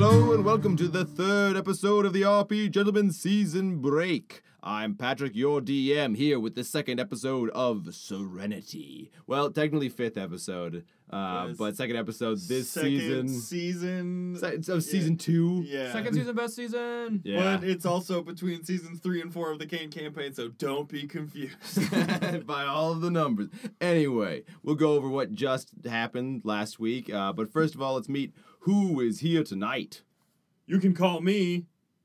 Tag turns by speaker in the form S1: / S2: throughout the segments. S1: welcome to the third episode of the RP Gentlemen Season Break. I'm Patrick, your DM, here with the second episode of Serenity. Well, technically fifth episode, uh,
S2: Yes.
S1: but second episode this
S2: Second
S1: season
S2: season.
S1: se- of season two.
S2: yeah.
S3: Second season, best season.
S1: Yeah.
S2: But it's also between seasons three and four of the Kane campaign, so don't be confused.
S1: by all of the numbers. Anyway, we'll go over what just happened last week. Uh, but first of all, let's meet who is here tonight.
S2: you can call me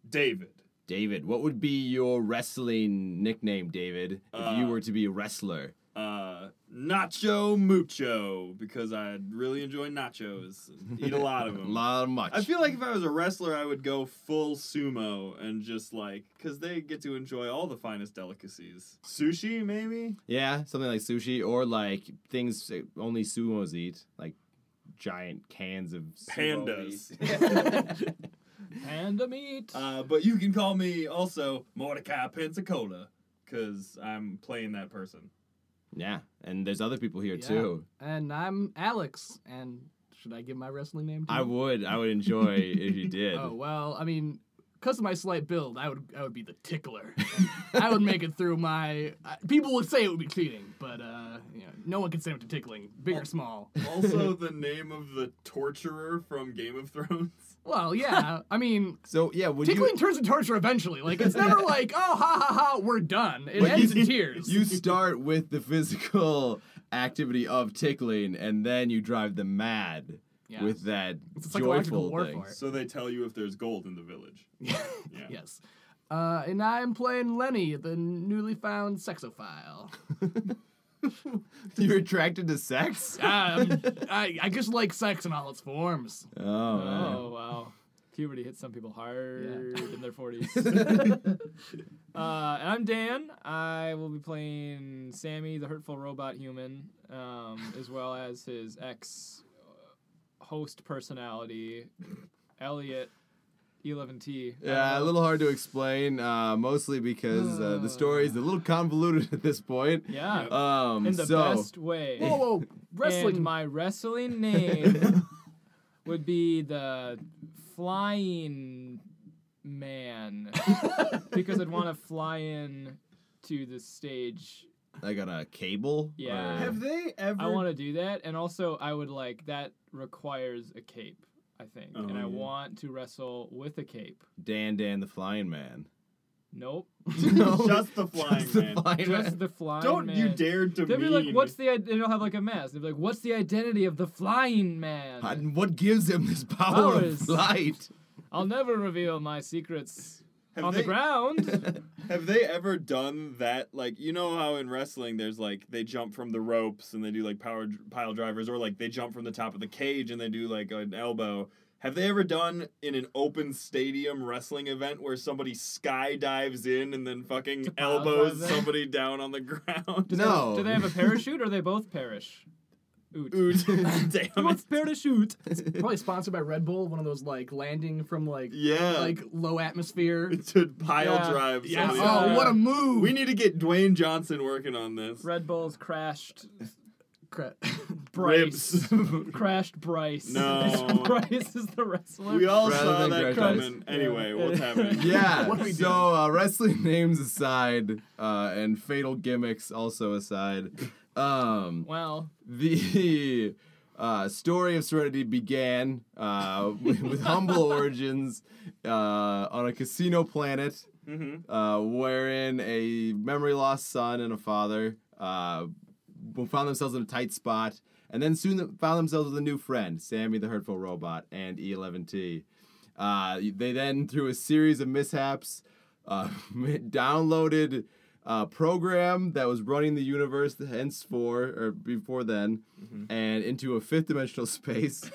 S2: David.
S1: David, what would be your wrestling nickname, David, if you
S2: Uh,
S1: were to be a wrestler?
S2: Uh, Nacho Mucho, because I really enjoy nachos. Eat a lot of
S1: A
S2: them.
S1: lot of much.
S2: um, I feel like if I was a wrestler, I would go full sumo and just like, because they get to enjoy all the finest delicacies. Sushi, maybe?
S1: yeah, something like sushi or like things only sumos eat, like giant cans of sumo
S2: Pandas.
S1: meat.
S3: Panda meat.
S2: Uh, but you can call me also Mordecai Pensacola, because I'm playing that person.
S1: yeah, and there's other people here
S3: Yeah.
S1: too.
S3: and I'm Alex. And should I give my wrestling name? Too?
S1: I would, I would enjoy if you did.
S3: Oh well, I mean, because of my slight build, I would I would be the tickler. I would make it through my. I, people would say it would be cheating, but uh, you know, no one can say it to tickling, big or small.
S2: Also, the name of the torturer from Game of Thrones.
S3: Well, yeah, I mean.
S1: So yeah, would you?
S3: Tickling turns to torture eventually. Like it's never like, oh ha ha ha, we're done. It
S1: But you-
S3: ends in tears.
S1: You start with the physical activity of tickling, and then you drive them mad
S3: Yeah.
S1: with that
S3: It's a psychological
S1: joyful thing.
S3: warfare.
S2: So they tell you if there's gold in the village. Yeah.
S3: Yes. Uh, and I'm playing Lenny, the newly found sexophile.
S1: You're attracted to sex?
S3: um, I, I just like sex in all its forms.
S1: Oh, man.
S4: Oh wow, puberty hits some people hard in their forties. uh,
S2: Oh.
S4: and I'm Dan. I will be playing Sammy, the hurtful robot human, um, as well as his ex uh, host personality, Elliot. E E11T. I
S1: Yeah,
S4: don't
S1: a
S4: know.
S1: little hard to explain, uh, mostly because uh, the story is a little convoluted at this point.
S4: Yeah.
S1: Um,
S4: in the
S1: so,
S4: best way.
S3: Whoa, whoa, wrestling.
S4: And my wrestling name would be the Flying Man because I'd want to fly in to the stage.
S1: like on a cable?
S4: Yeah.
S1: Or-
S4: Have
S2: they ever?
S4: I want to do that, and also I would like that requires a cape. I think,
S2: Oh,
S4: and I
S2: yeah.
S4: want to wrestle with a cape.
S1: Dan Dan the Flying Man.
S4: Nope,
S1: No,
S2: just the flying
S1: just the
S2: man.
S1: Flying Man.
S4: just the flying
S2: Don't
S4: man.
S2: you dare demean.
S4: They'd be like, "What's the?" Id-? and It'll have like a mask. They'd be like, "What's the identity of the flying man?"
S1: And what gives him this power of
S4: Powers.
S1: flight?
S4: I'll never reveal my secrets
S2: Have
S4: on
S2: they-
S4: the ground.
S2: Have they ever done that? Like, you know how in wrestling there's like they jump from the ropes and they do like power dr- pile drivers, or like they jump from the top of the cage and they do like an elbow. Have they ever done in an open stadium wrestling event where somebody skydives in and then fucking
S4: pile
S2: elbows
S4: driver.
S2: somebody down on the ground?
S1: no.
S4: Do they have a parachute or they both perish? Oot.
S2: Ooh, damn it.
S4: Both parachute.
S3: Probably sponsored by Red Bull, one of those like landing from like
S2: Yeah.
S3: like low atmosphere.
S2: to pile
S4: Yeah.
S2: drive
S3: Yeah.
S2: somebody.
S4: Yeah.
S3: Oh, what a move!
S2: We need to get Dwayne Johnson working on this.
S4: Red Bulls crashed.
S3: Crap.
S1: Uh,
S4: Bryce.
S2: Ribs.
S4: Crashed Bryce.
S2: No.
S4: Bryce is the wrestler.
S2: we all
S1: Rather
S2: saw
S1: than
S2: that
S1: Greg
S2: coming. Anyway, what's happening?
S1: Yeah.
S3: What we do.
S1: so uh, wrestling names aside, uh, and fatal gimmicks also aside, um,
S4: Well,
S1: the uh, story of Serenity began uh, with, with humble origins uh, on a casino planet, uh, wherein a memory lost son and a father uh, found themselves in a tight spot. And then soon found themselves with a new friend, Sammy the Hurtful Robot and E11T. Uh, they then, through a series of mishaps, uh, downloaded a program that was running the universe henceforth or before then,
S2: Mm-hmm.
S1: and into a fifth dimensional space,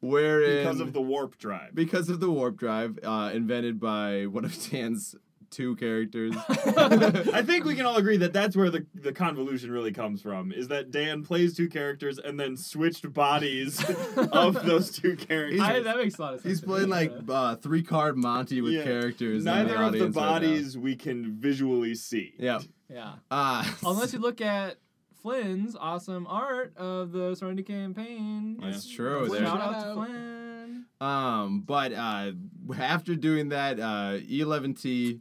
S1: wherein
S2: Because of the warp drive.
S1: because of the warp drive uh, invented by one of Dan's two characters.
S2: I think we can all agree that that's where the, the convolution really comes from. Is that Dan plays two characters and then switched bodies of those two characters.
S4: I, that makes a lot of sense.
S1: He's
S4: to
S1: playing
S4: me,
S1: like
S4: but-
S1: uh, three card Monty with
S2: Yeah.
S1: characters. in
S2: Neither of the
S1: audience right now.
S2: bodies we can visually see.
S1: yeah.
S4: Yeah.
S1: Uh,
S4: Unless you look at Flynn's awesome art of the Serenity campaign.
S1: that's true.
S3: Flynn.
S1: There's
S4: Shout
S3: Shout
S4: out to
S3: out.
S4: Flynn.
S1: Um, but uh, after doing that, uh, E11T,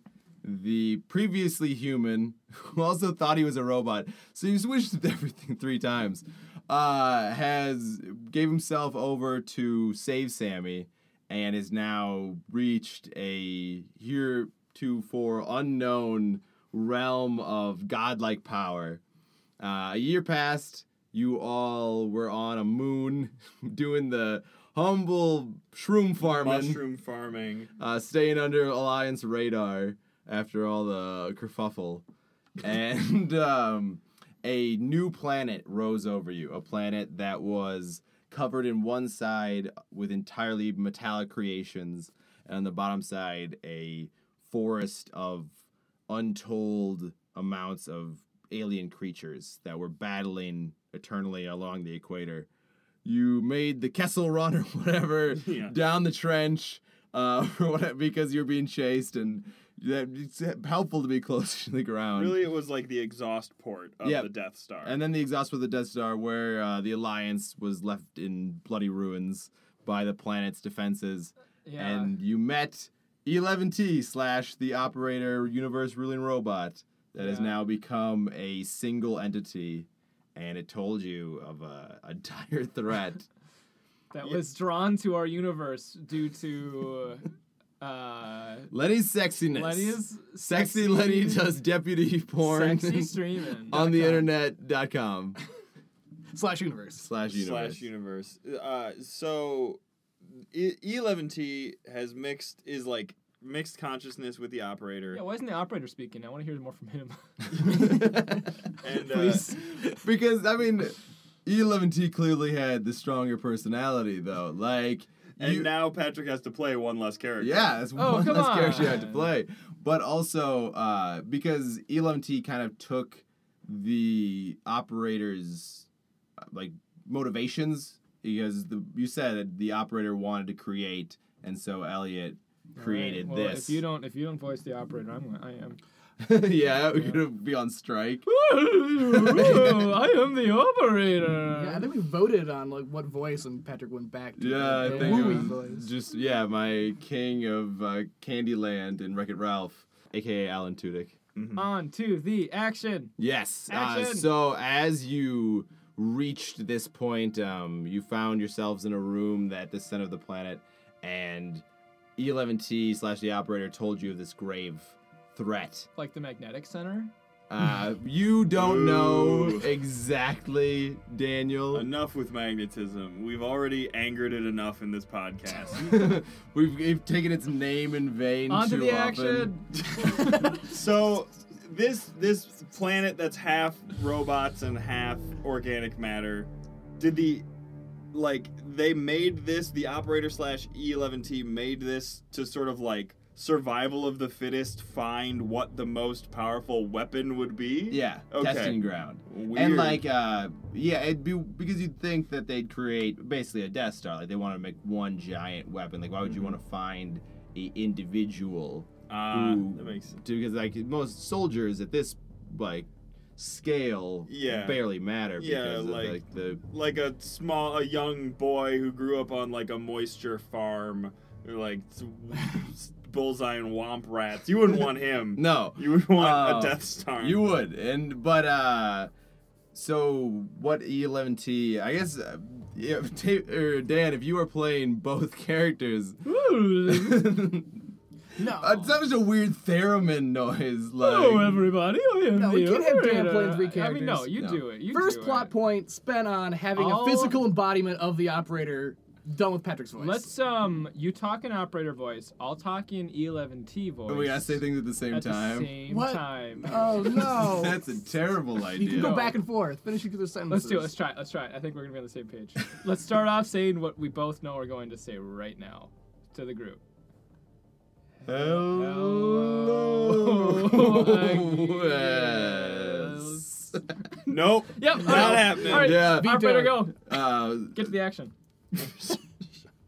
S1: the previously human, who also thought he was a robot, so he switched everything three times, uh, has gave himself over to save Sammy, and has now reached a heretofore unknown realm of godlike power. Uh, a year passed. You all were on a moon doing the humble shroom farming,
S2: Mushroom farming.
S1: uh, staying under Alliance radar after all the kerfuffle. and um, a new planet rose over you, a planet that was covered in one side with entirely metallic creations, and on the bottom side, a forest of untold amounts of alien creatures that were battling eternally along the equator. You made the Kessel Run or whatever
S2: Yeah.
S1: down the trench uh, for whatever, because you're being chased, and that, it's helpful to be close to the ground.
S2: Really, it was like the exhaust port of
S1: Yeah.
S2: the Death Star.
S1: Um, And then the exhaust with the Death Star, where uh, the Alliance was left in bloody ruins by the planet's defenses,
S4: Yeah.
S1: and you met E11T slash the operator universe ruling robot that has
S4: Yeah.
S1: now become a single entity, and it told you of a, a dire threat.
S4: that was drawn to our universe due to uh,
S1: Lenny's sexiness.
S4: Lenny's
S1: sexy, Lenny does deputy porn
S4: sexy streaming
S1: on the
S4: dot com.
S1: internet.com
S3: Slash universe.
S1: slash universe.
S2: slash universe. Uh, so E eleven T has mixed is like mixed consciousness with the operator.
S4: Yeah, why isn't the operator speaking? I want to hear more from him.
S2: and, uh,
S4: Please.
S1: Because I mean, E11T clearly had the stronger personality though. Like
S2: and
S1: you-
S2: now Patrick has to play one less character.
S1: yeah, that's one
S4: Oh, come
S1: less character you had to
S4: on.
S1: play. But also uh, because E11T kind of took the operator's uh, like motivations because the you said that the operator wanted to create, and so Elliot created
S4: Alright, well,
S1: this.
S4: If you don't, if you don't voice the operator, I'm. gonna- I am.
S1: yeah, we're gonna be on strike.
S4: I am the operator.
S3: Yeah, I think we voted on like what voice, and Patrick went back to
S1: Yeah, I
S3: the
S1: think
S3: Louis
S1: it
S3: voice.
S1: was just yeah, my king of uh, Candyland and Wreck It Ralph, aka Alan Tudyk.
S4: On to the action.
S1: Yes. Uh,
S4: Action!
S1: so as you reached this point, um, you found yourselves in a room at the center of the planet, and E11T slash the operator told you of this grave threat.
S4: Like the magnetic center.
S1: Uh, you don't know
S2: Ooh.
S1: exactly, Daniel.
S2: Enough with magnetism. We've already angered it enough in this podcast.
S1: we've, we've taken its name in vain
S4: On to
S1: too
S4: the
S1: often.
S4: action.
S2: so this this planet that's half robots and half organic matter, did the like they made this the operator slash E11T made this to sort of like survival of the fittest find what the most powerful weapon would be.
S1: Yeah,
S2: Okay.
S1: testing ground.
S2: Weird.
S1: And like, uh, yeah, it'd be because you'd think that they'd create basically a Death Star. Like they want to make one giant weapon. Like why would you
S2: Mm-hmm.
S1: want to find a individual?
S2: Ah,
S1: who-
S2: that makes sense.
S1: to- Because like most soldiers at this like scale,
S2: Yeah.
S1: barely matter.
S2: Yeah,
S1: because of,
S2: like-
S1: like the
S2: like a small a young boy who grew up on like a moisture farm like s- s- bullseye and womp rats you wouldn't want him
S1: no.
S2: you would want
S1: Uh,
S2: a death star
S1: You would, and but uh, so what? E11T, I guess. Uh, if ta- or Dan, if you were playing both characters,
S3: No,
S1: It's not such a weird theremin noise.
S3: Oh,
S1: Like,
S4: Hello, everybody. I am
S3: No,
S4: the
S3: we can't have Dan
S4: operator.
S3: playing three
S4: I mean, no,
S3: characters.
S4: you
S1: No.
S4: do it. You
S3: First
S4: do
S3: plot
S4: it.
S3: point spent on having
S4: All-
S3: a physical embodiment of the operator done with Patrick's voice.
S4: Let's um, you talk in operator voice. I'll talk in E11T voice.
S1: Oh, we gotta say things at the same
S4: at
S1: time.
S4: the same
S3: What?
S4: time.
S3: Oh no!
S1: That's a terrible idea.
S3: you can go
S4: No.
S3: back and forth. Finish each other's sentences.
S4: Let's do it. Let's try it. Let's try it. I think we're gonna be on the same page. Let's start off saying what we both know we're going to say right now to the group.
S3: Oh
S1: Hello.
S4: Yes.
S1: Yes.
S2: nope
S4: Yep. all
S2: not
S4: right.
S2: happening
S4: All right.
S1: Yeah.
S4: Operator,
S3: Vetoed.
S4: go.
S1: Uh,
S4: Get to the action.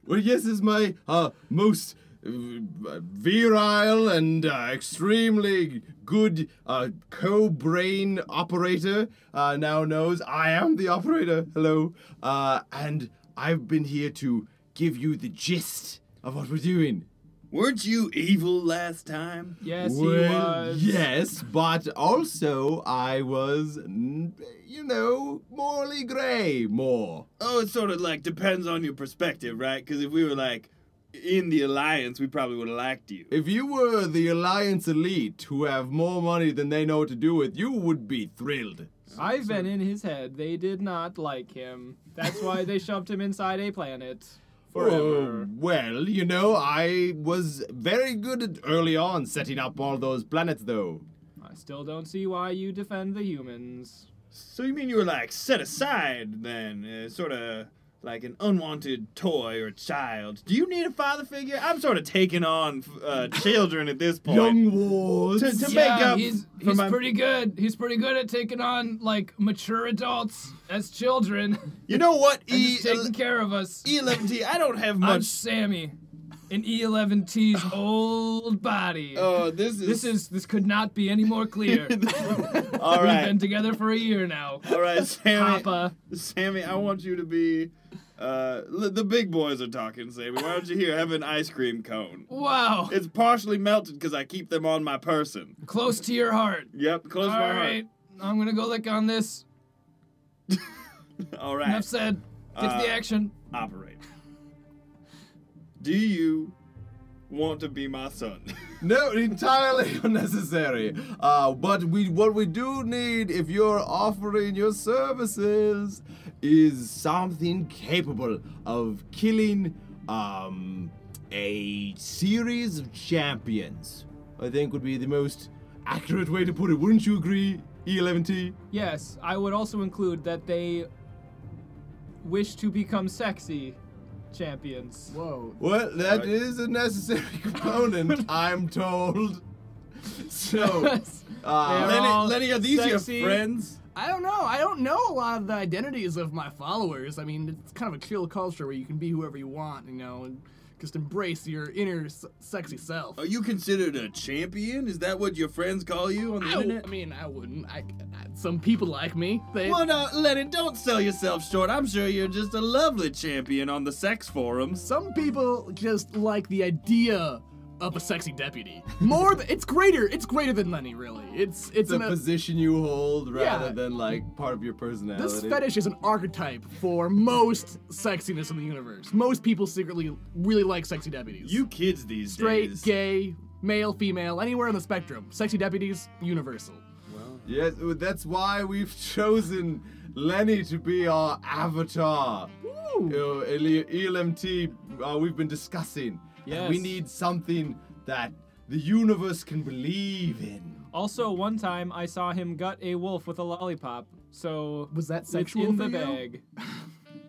S1: what I guess is my uh, most uh, virile and uh, extremely good uh, co-brain operator uh, now knows I am the operator. Hello, uh, and I've been here to give you the gist of what we're doing.
S2: Weren't you evil last time?
S4: Yes, he
S1: Well,
S4: was.
S1: Yes, but also I was, mm, you know, morally gray more.
S2: Oh, it sort of like depends on your perspective, right? Because if we were like in the alliance, we probably would have liked you.
S1: If you were the Alliance elite who have more money than they know what to do with, you would be thrilled.
S4: I've been in his head. They did not like him. That's why they shoved him inside a planet forever.
S1: Oh, well, you know, I was very good at early on setting up all those planets, though.
S4: I still don't see why you defend the humans.
S2: So you mean you were like set aside then, uh, sort of like an unwanted toy or child? Do you need a father figure? I'm sort of taking on f- uh, children at this point.
S1: Young Wars.
S2: To- to-
S4: yeah,
S2: make up
S4: he's,
S2: for
S4: he's
S2: my-
S4: pretty good. He's pretty good at taking on like mature adults as children
S2: You know what,
S4: and
S2: E
S4: just taking care of us.
S2: E11T? I don't have
S4: I'm
S2: much.
S4: Sammy, an E11T's old body.
S2: Oh, this is
S4: this is this could not be any more clear.
S2: all
S4: We've been
S2: right.
S4: together for a year now,
S2: All right, Sammy.
S4: Papa.
S2: Sammy, I want you to be. Uh, l- the big boys are talking, Sammy. Why don't you here have an ice cream cone?
S4: Wow,
S2: It's partially melted because I keep them on my person.
S4: close to your heart.
S2: Yep, close
S4: All
S2: my heart.
S4: right, I'm gonna go lick on this.
S2: All right.
S4: Enough said. Get to the
S2: Uh,
S4: action.
S2: operate. Do you want to be my son?
S1: No, entirely unnecessary. Uh, but we, what we do need, if you're offering your services, is something capable of killing um, a series of champions. I think would be the most accurate way to put it. Wouldn't you agree, E E11T?
S4: Yes, I would also include that they wish to become sexy champions.
S3: Whoa.
S1: Well, that
S2: Right.
S1: is a necessary component, I'm told. So, uh,
S4: They're
S3: Oh,
S4: all sexy.
S2: friends?
S3: I don't know. I don't know a lot of the identities of my followers. I mean, it's kind of a chill culture where you can be whoever you want, you know, and just embrace your inner s- sexy self.
S2: Are you considered a champion? Is that what your friends call you on the
S3: I, w-
S2: internet?
S3: I mean, I wouldn't. I, I- some people like me. They.
S2: Well, no, Lenny, don't sell yourself short. I'm sure you're just a lovely champion on the sex forums.
S3: Some people just like the idea of a sexy deputy. More. th- it's greater. It's greater than Lenny, really. It's it's
S1: the
S3: an,
S1: position you hold rather
S3: Yeah.
S1: than like part of your personality.
S3: This fetish is an archetype for most sexiness in the universe. Most people secretly really like sexy deputies.
S2: You kids these
S3: straight,
S2: days.
S3: gay, male, female, anywhere on the spectrum. Sexy deputies, universal.
S1: Yes, that's why we've chosen Lenny to be our avatar. You know, E L- ELMT, uh, we've been discussing. And We
S4: Yes.
S1: need something that the universe can believe in.
S4: Also, one time I saw him gut a wolf with a lollipop. So
S3: Was that
S4: it's
S3: sexual
S4: in
S3: for
S4: the
S3: you?
S4: bag?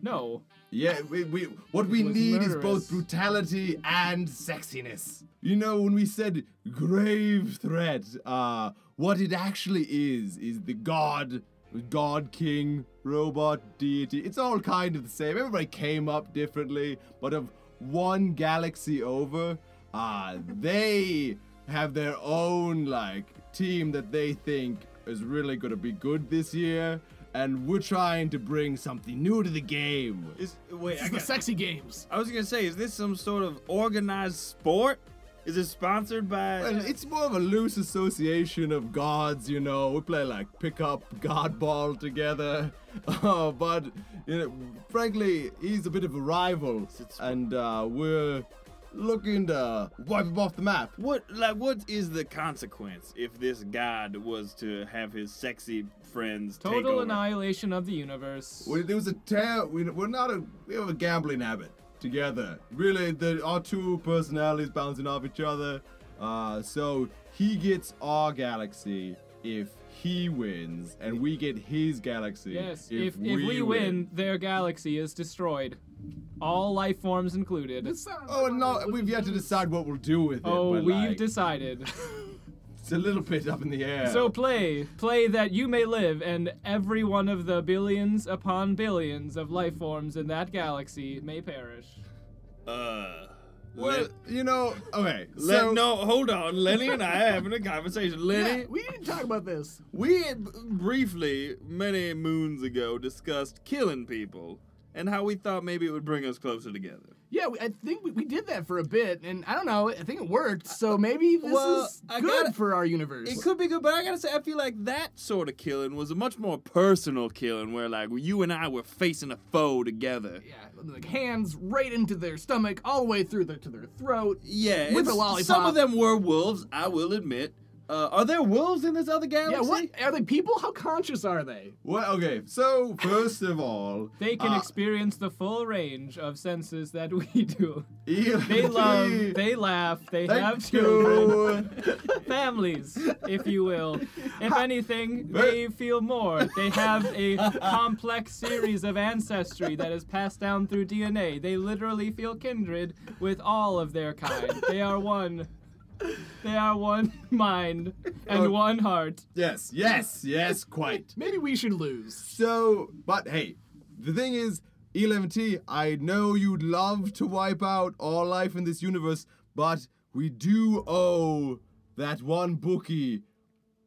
S4: No.
S1: Yeah, we, we what we
S4: was
S1: need is
S4: murderous.
S1: both brutality and sexiness. You know, when we said grave threat, uh, what it actually is is the god, god king, robot deity. It's all kind of the same. Everybody came up differently, but of one galaxy over, uh, they have their own like team that they think is really gonna be good this year. And we're trying to bring something new to the game.
S2: Is, wait,
S3: This
S2: I,
S3: is the
S2: got,
S3: sexy games.
S2: I was gonna say, is this some sort of organized sport? Is it sponsored by?
S1: Well, it's more of a loose association of gods, you know. We play like pickup god ball together, uh, but you know, frankly, he's a bit of a rival, and uh, we're looking to wipe him off the map.
S2: What like what is the consequence if this god was to have his sexy friends take
S4: Total
S2: over?
S4: annihilation of the universe.
S1: We, there was a tear. We, we're not a we have a gambling habit together. Really, the, our two personalities bouncing off each other. Uh, so he gets our galaxy if he wins, and we get his galaxy.
S4: Yes, if, if, we, win, their galaxy is destroyed. All life forms included.
S3: This sounds
S1: Oh no, we've yet to decide what we'll do with it.
S4: oh,
S1: but,
S4: we've
S1: like,
S4: decided.
S1: it's a little bit up in the air.
S4: So play, play that you may live, and every one of the billions upon billions of life forms in that galaxy may perish.
S2: Uh,
S1: well,
S2: Len-
S1: you know, okay.
S2: Len-
S1: so
S2: no, hold on. Lenny and I are having a conversation. Lenny,
S3: Yeah, we didn't talk about this.
S2: we had b- briefly many moons ago discussed killing people and how we thought maybe it would bring us closer together.
S3: Yeah, we, I think we, we did that for a bit, and I don't know. I think it worked, so maybe this
S2: Well,
S3: is
S2: I
S3: good
S2: gotta-
S3: for our universe.
S2: It could be good, but I gotta say, I feel like that sort of killing was a much more personal killing, where like you and I were facing a foe together.
S3: yeah, like hands right into their stomach, all the way through the, to their throat.
S2: Yeah,
S3: With
S2: it's-
S3: a lollipop.
S2: Some of them were wolves, I will admit. Uh, are there wolves in this other galaxy?
S3: Yeah, what are they people? How conscious are they?
S1: What? Okay, so first of all,
S4: They can
S1: uh,
S4: experience the full range of senses that we do.
S1: ELP
S4: They love, they laugh, they
S1: Thank
S4: have children,
S1: you.
S4: families, if you will. If anything, they feel more. They have a complex series of ancestry that is passed down through DNA. They literally feel kindred with all of their kind. They are one. They are one mind
S1: Oh.
S4: and one heart.
S1: yes, yes, yes, quite.
S3: Maybe we should lose.
S1: So, but hey, the thing is, E11T, I know you'd love to wipe out all life in this universe, but we do owe that one bookie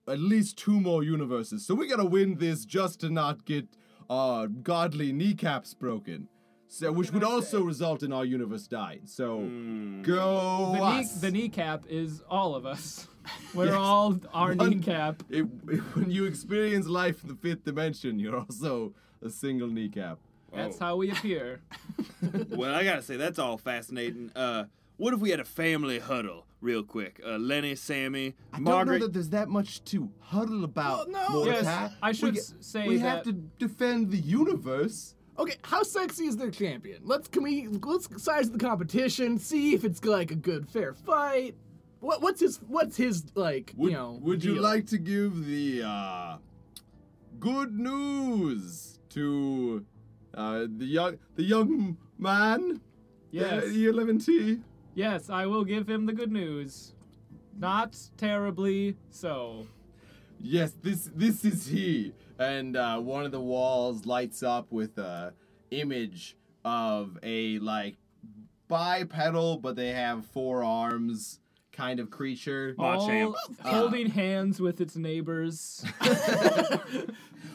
S1: at least two more universes. So we gotta win this just to not get our godly kneecaps broken. So, which would also result in our universe dying. So, go
S4: Hmm. The, knee,
S1: us.
S4: the kneecap is all of us. We're
S1: Yes.
S4: all our
S1: One-
S4: kneecap.
S1: It- it- when you experience life in the fifth dimension, you're also a single kneecap.
S4: That's
S2: Oh.
S4: how we appear.
S2: well, I gotta say, that's all fascinating. Uh, what if we had a family huddle, real quick? Uh, Lenny, Sammy,
S1: I
S2: Margaret.
S1: don't know that there's that much to huddle about.
S3: Well, no.
S1: Mordecai.
S4: Yes, I should
S1: we,
S4: s- say
S1: we have
S4: that-
S1: to defend the universe.
S3: Okay, how sexy is their champion? Let's can we let's size the competition, see if it's like a good fair fight. What what's his what's his like
S1: Would,
S3: you know?
S1: would you
S3: deal?
S1: like to give the uh, good news to uh, the young the young man?
S4: Yes.
S1: E eleven T.
S4: Yes, I will give him the good news. Not terribly so.
S1: Yes, this this is he. And uh, one of the walls lights up with a image of a like bipedal, but they have four arms kind of creature.
S2: Maw
S4: All
S2: champ.
S4: holding hands with its neighbors.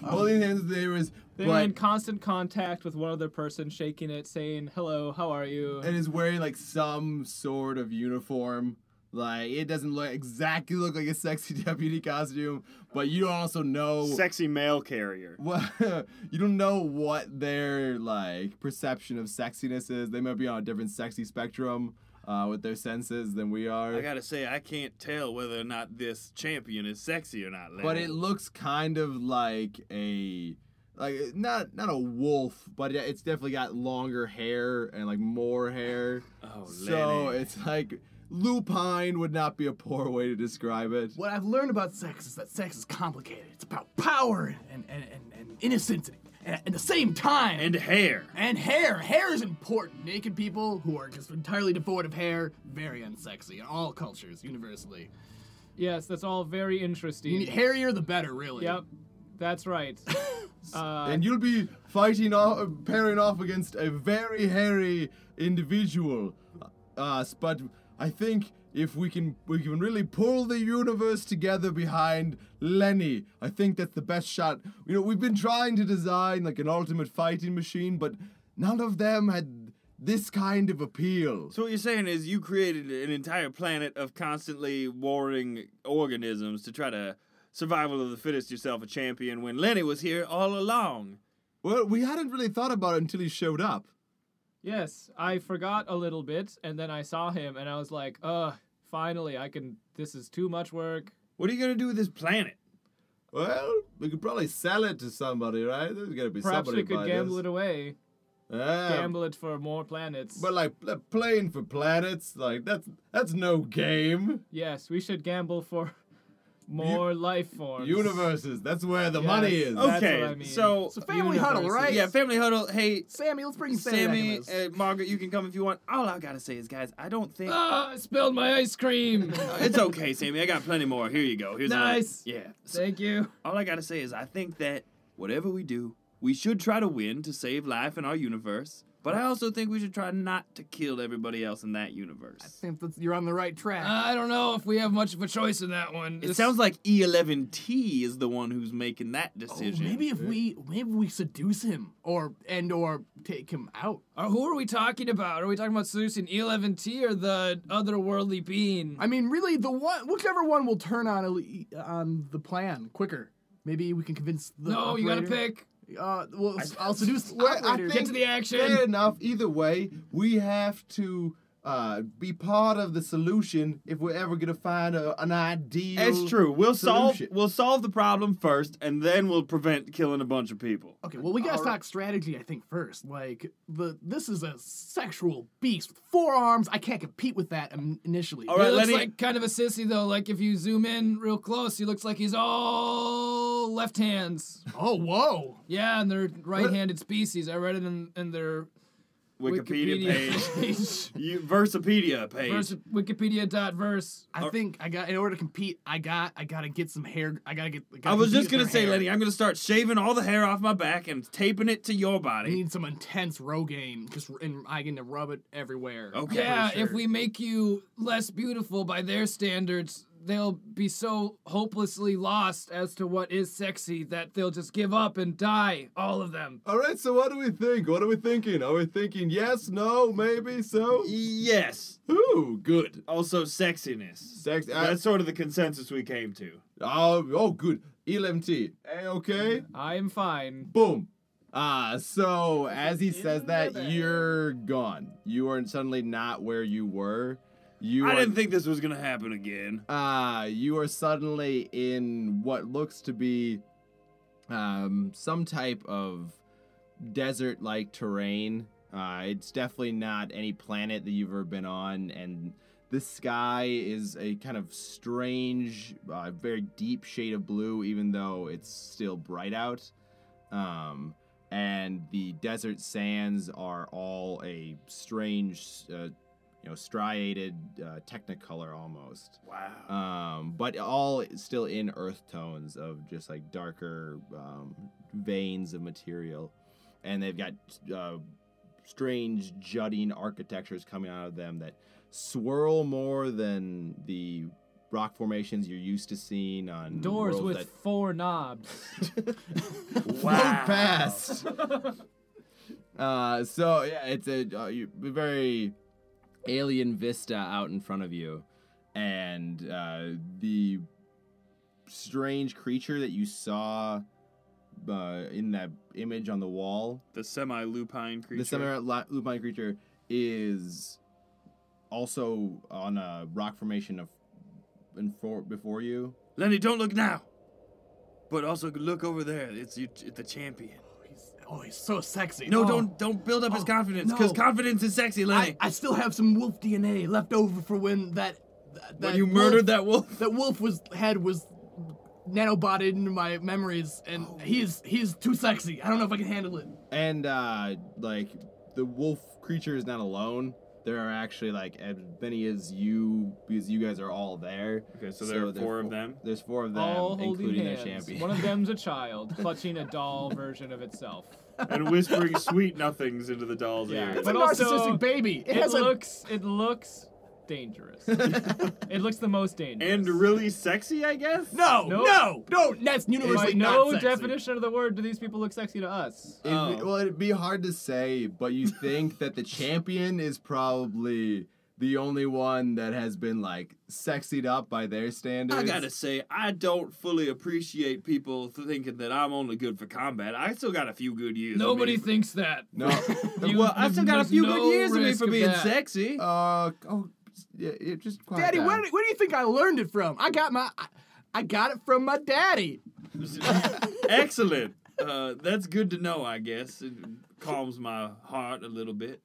S1: Holding hands, there is
S4: They're
S1: but
S4: in constant contact with one other person, shaking it, saying, Hello, how are you?
S1: and is wearing like some sort of uniform. Like it doesn't look exactly look like a sexy deputy costume, but you don't also know
S2: Sexy mail carrier.
S1: what you don't know what their like perception of sexiness is. They might be on a different sexy spectrum uh, with their senses than we
S2: I
S1: are.
S2: gotta say, I can't tell whether or not this champion is sexy or not. Lenny.
S1: but it looks kind of like a like not not a wolf, but it- it's definitely got longer hair and like more hair.
S2: Oh,
S1: So
S2: Lenny.
S1: it's like lupine would not be a poor way to describe it.
S3: What I've learned about sex is that sex is complicated. It's about power and and, and, and innocence and, and at the same time.
S2: and hair.
S3: and hair. Hair is important. Naked people who are just entirely devoid of hair, very unsexy in all cultures, universally.
S4: yes, that's all very
S3: You need
S4: interesting.
S3: hairier the better, really.
S4: Yep, that's right. Uh,
S1: and you'll be fighting off, pairing off against a very hairy individual. Uh, but I think if we can, we can really pull the universe together behind Lenny. I think that's the best shot. You know, we've been trying to design like an ultimate fighting machine, but none of them had this kind of appeal.
S2: So what you're saying is you created an entire planet of constantly warring organisms to try to survival of the fittest yourself a champion when Lenny was here all along.
S1: Well, we hadn't really thought about it until he showed up.
S4: yes, I forgot a little bit, and then I saw him, and I was like, Ugh, finally, I can. This is too much work.
S2: What are you gonna do with this planet?
S1: Well, we could probably sell it to somebody, right? There's gotta be
S4: Perhaps
S1: somebody
S4: we could
S1: buy
S4: gamble
S1: this.
S4: it away.
S1: Ah,
S4: gamble it for more planets.
S1: But like pl- playing for planets, like that's that's no game.
S4: Yes, we should gamble for more life forms.
S1: Universes, that's where the
S4: Yes. Oh,
S1: money is.
S4: That's what
S2: okay,
S4: I mean.
S2: so
S3: It's a family huddle,
S4: Universes.
S3: right?
S2: yeah, family huddle. Hey,
S3: Sammy, let's bring
S2: Sammy,
S3: Sammy. back in this.
S2: uh, Margaret, you can come if you want. All I gotta say is, guys, I don't think
S4: Ah, I spilled my ice cream.
S2: it's okay, Sammy. I got plenty more. Here you go. Here's another-
S4: Nice.
S2: Yeah. So
S4: Thank you.
S2: all I gotta say is, I think that whatever we do, we should try to win to save life in our universe.
S5: But I also think we should try not to kill everybody else in that universe.
S3: I think that's, you're on the right track.
S4: I don't know if we have much of a choice in that one.
S5: it sounds like
S2: E
S5: E11T is the one who's making that
S3: Oh,
S5: decision.
S3: maybe if we maybe we seduce him or and or take him out.
S4: Uh, who are we talking about? Are we talking about Seuss and E11T or the otherworldly being?
S3: I mean, really, the one whichever one will turn on ele- on the plan quicker. Maybe we can convince the.
S4: no, you gotta
S3: operator.
S4: pick.
S3: Uh, well, I'll seduce.
S1: Well, I
S3: operator.
S1: think-
S4: Get to the action.
S1: Fair enough. Either way, we have to uh, be part of the solution if we're ever gonna find a, an ideal.
S2: It's true. We'll solve
S1: solution.
S2: we'll solve the problem first, and then we'll prevent killing a bunch of people.
S1: Uh,
S3: Okay, well, we gotta
S1: All
S3: talk strategy, I think, first. Like, the this is a sexual beast with four arms. I can't compete with that im- initially.
S2: All
S4: He
S2: right,
S4: looks
S2: Lenny-
S4: like kind of a sissy though. Like if you zoom in real close, he looks like he's all left hands.
S3: Oh, whoa.
S4: Yeah, and they're right-handed species. I read it in, in their
S2: Wikipedia, page,
S4: page.
S2: you, Versapedia page.
S4: Verse, Wikipedia dot verse.
S3: I think I got in order to compete. I got I gotta get some hair. I gotta get. gotta
S5: I
S3: compete
S5: was just
S3: with
S5: gonna
S3: their
S5: say,
S3: hair.
S5: Lenny, I'm gonna start shaving all the hair off my back and taping it to your
S3: I
S5: body.
S3: need some intense Rogaine, just r- and I get to rub it everywhere.
S5: Okay.
S4: Yeah,
S3: Pretty sure.
S4: if we make you less beautiful by their standards, they'll be so hopelessly lost as to what is sexy that they'll just give up and die, all of them.
S1: All right. So what do we think? What are we thinking? Are we thinking yes, no, maybe so?
S2: Yes.
S1: Ooh, good.
S2: Also, sexiness.
S1: Sex. I-
S2: That's sort of the consensus we came to.
S1: oh, oh, good. LMT. Eh, okay.
S4: I'm fine.
S1: Boom. Ah, so as he says that, you're gone. You are suddenly not where you were. You are
S5: I didn't think this was gonna happen again.
S1: uh, you are suddenly in what looks to be um, some type of desert like terrain. Uh, it's definitely not any planet that you've ever been on, and this sky is a kind of strange, uh, very deep shade of blue, even though it's still bright out. Um, and the desert sands are all a strange, uh, you know, striated uh, technicolor almost
S5: Wow.
S1: um, but all still in earth tones of just like darker um, veins of material, and they've got uh, strange jutting architectures coming out of them that swirl more than the rock formations you're used to seeing on
S4: Doors
S1: worlds
S4: with
S1: that
S4: four knobs.
S1: float past. uh, so yeah, it's a uh, you- a very alien vista out in front of you, and uh, the strange creature that you saw uh, in that image on the wall,
S5: The semi lupine creature.
S1: the semi lupine creature, is also on a rock formation of in for, before you.
S5: Lenny, don't look now. But also look over there. It's you, the champion.
S3: He's- oh, he's so sexy.
S5: No,
S3: Oh.
S5: don't don't build up his
S3: Oh,
S5: confidence because
S3: no.
S5: confidence is sexy, Lenny.
S3: I, I still have some wolf DNA left over for when that. that
S5: when you
S3: wolf-
S5: murdered that wolf.
S3: that wolf was head was nanobotted into my memories and
S5: Oh.
S3: he's he's too sexy i don't know if i can handle it
S1: And uh like the wolf creature is not alone. There are actually like as many as you because you guys are all there.
S2: Okay, so there are four of them?
S1: There's four of them,
S4: all holding
S1: including
S4: hands.
S1: their champion.
S4: One of them's a child clutching a doll version of itself.
S2: And whispering sweet nothings into the doll's
S4: Yeah.
S2: ears.
S3: it's
S4: But
S3: a
S4: also,
S3: narcissistic baby it,
S4: It,
S3: has
S4: looks. It looks dangerous. it looks the most dangerous.
S2: And really sexy, I guess?
S3: a no
S4: Nope.
S3: no no that's
S4: By
S3: universally
S4: no
S3: not sexy.
S4: definition of the word do these people look sexy to us.
S1: It'd be- well, it'd be hard to say, but you think that the champion is probably the only one that has been like sexied up by their standards.
S5: I gotta say, I don't fully appreciate people thinking that I'm only good for combat. I still got a few good years. in me.
S4: Nobody thinks that.
S1: no.
S4: You-
S5: Well, I still got a
S4: there's
S5: few
S4: no
S5: good years in me
S4: risk
S5: for
S4: of
S5: being
S4: that.
S5: sexy.
S1: uh oh, yeah, yeah, just quiet
S3: daddy
S1: down.
S3: where, do- where do you think i learned it from i got my I, I got it from my daddy
S5: Excellent. Uh, that's good to know, I guess. It calms my heart a little bit.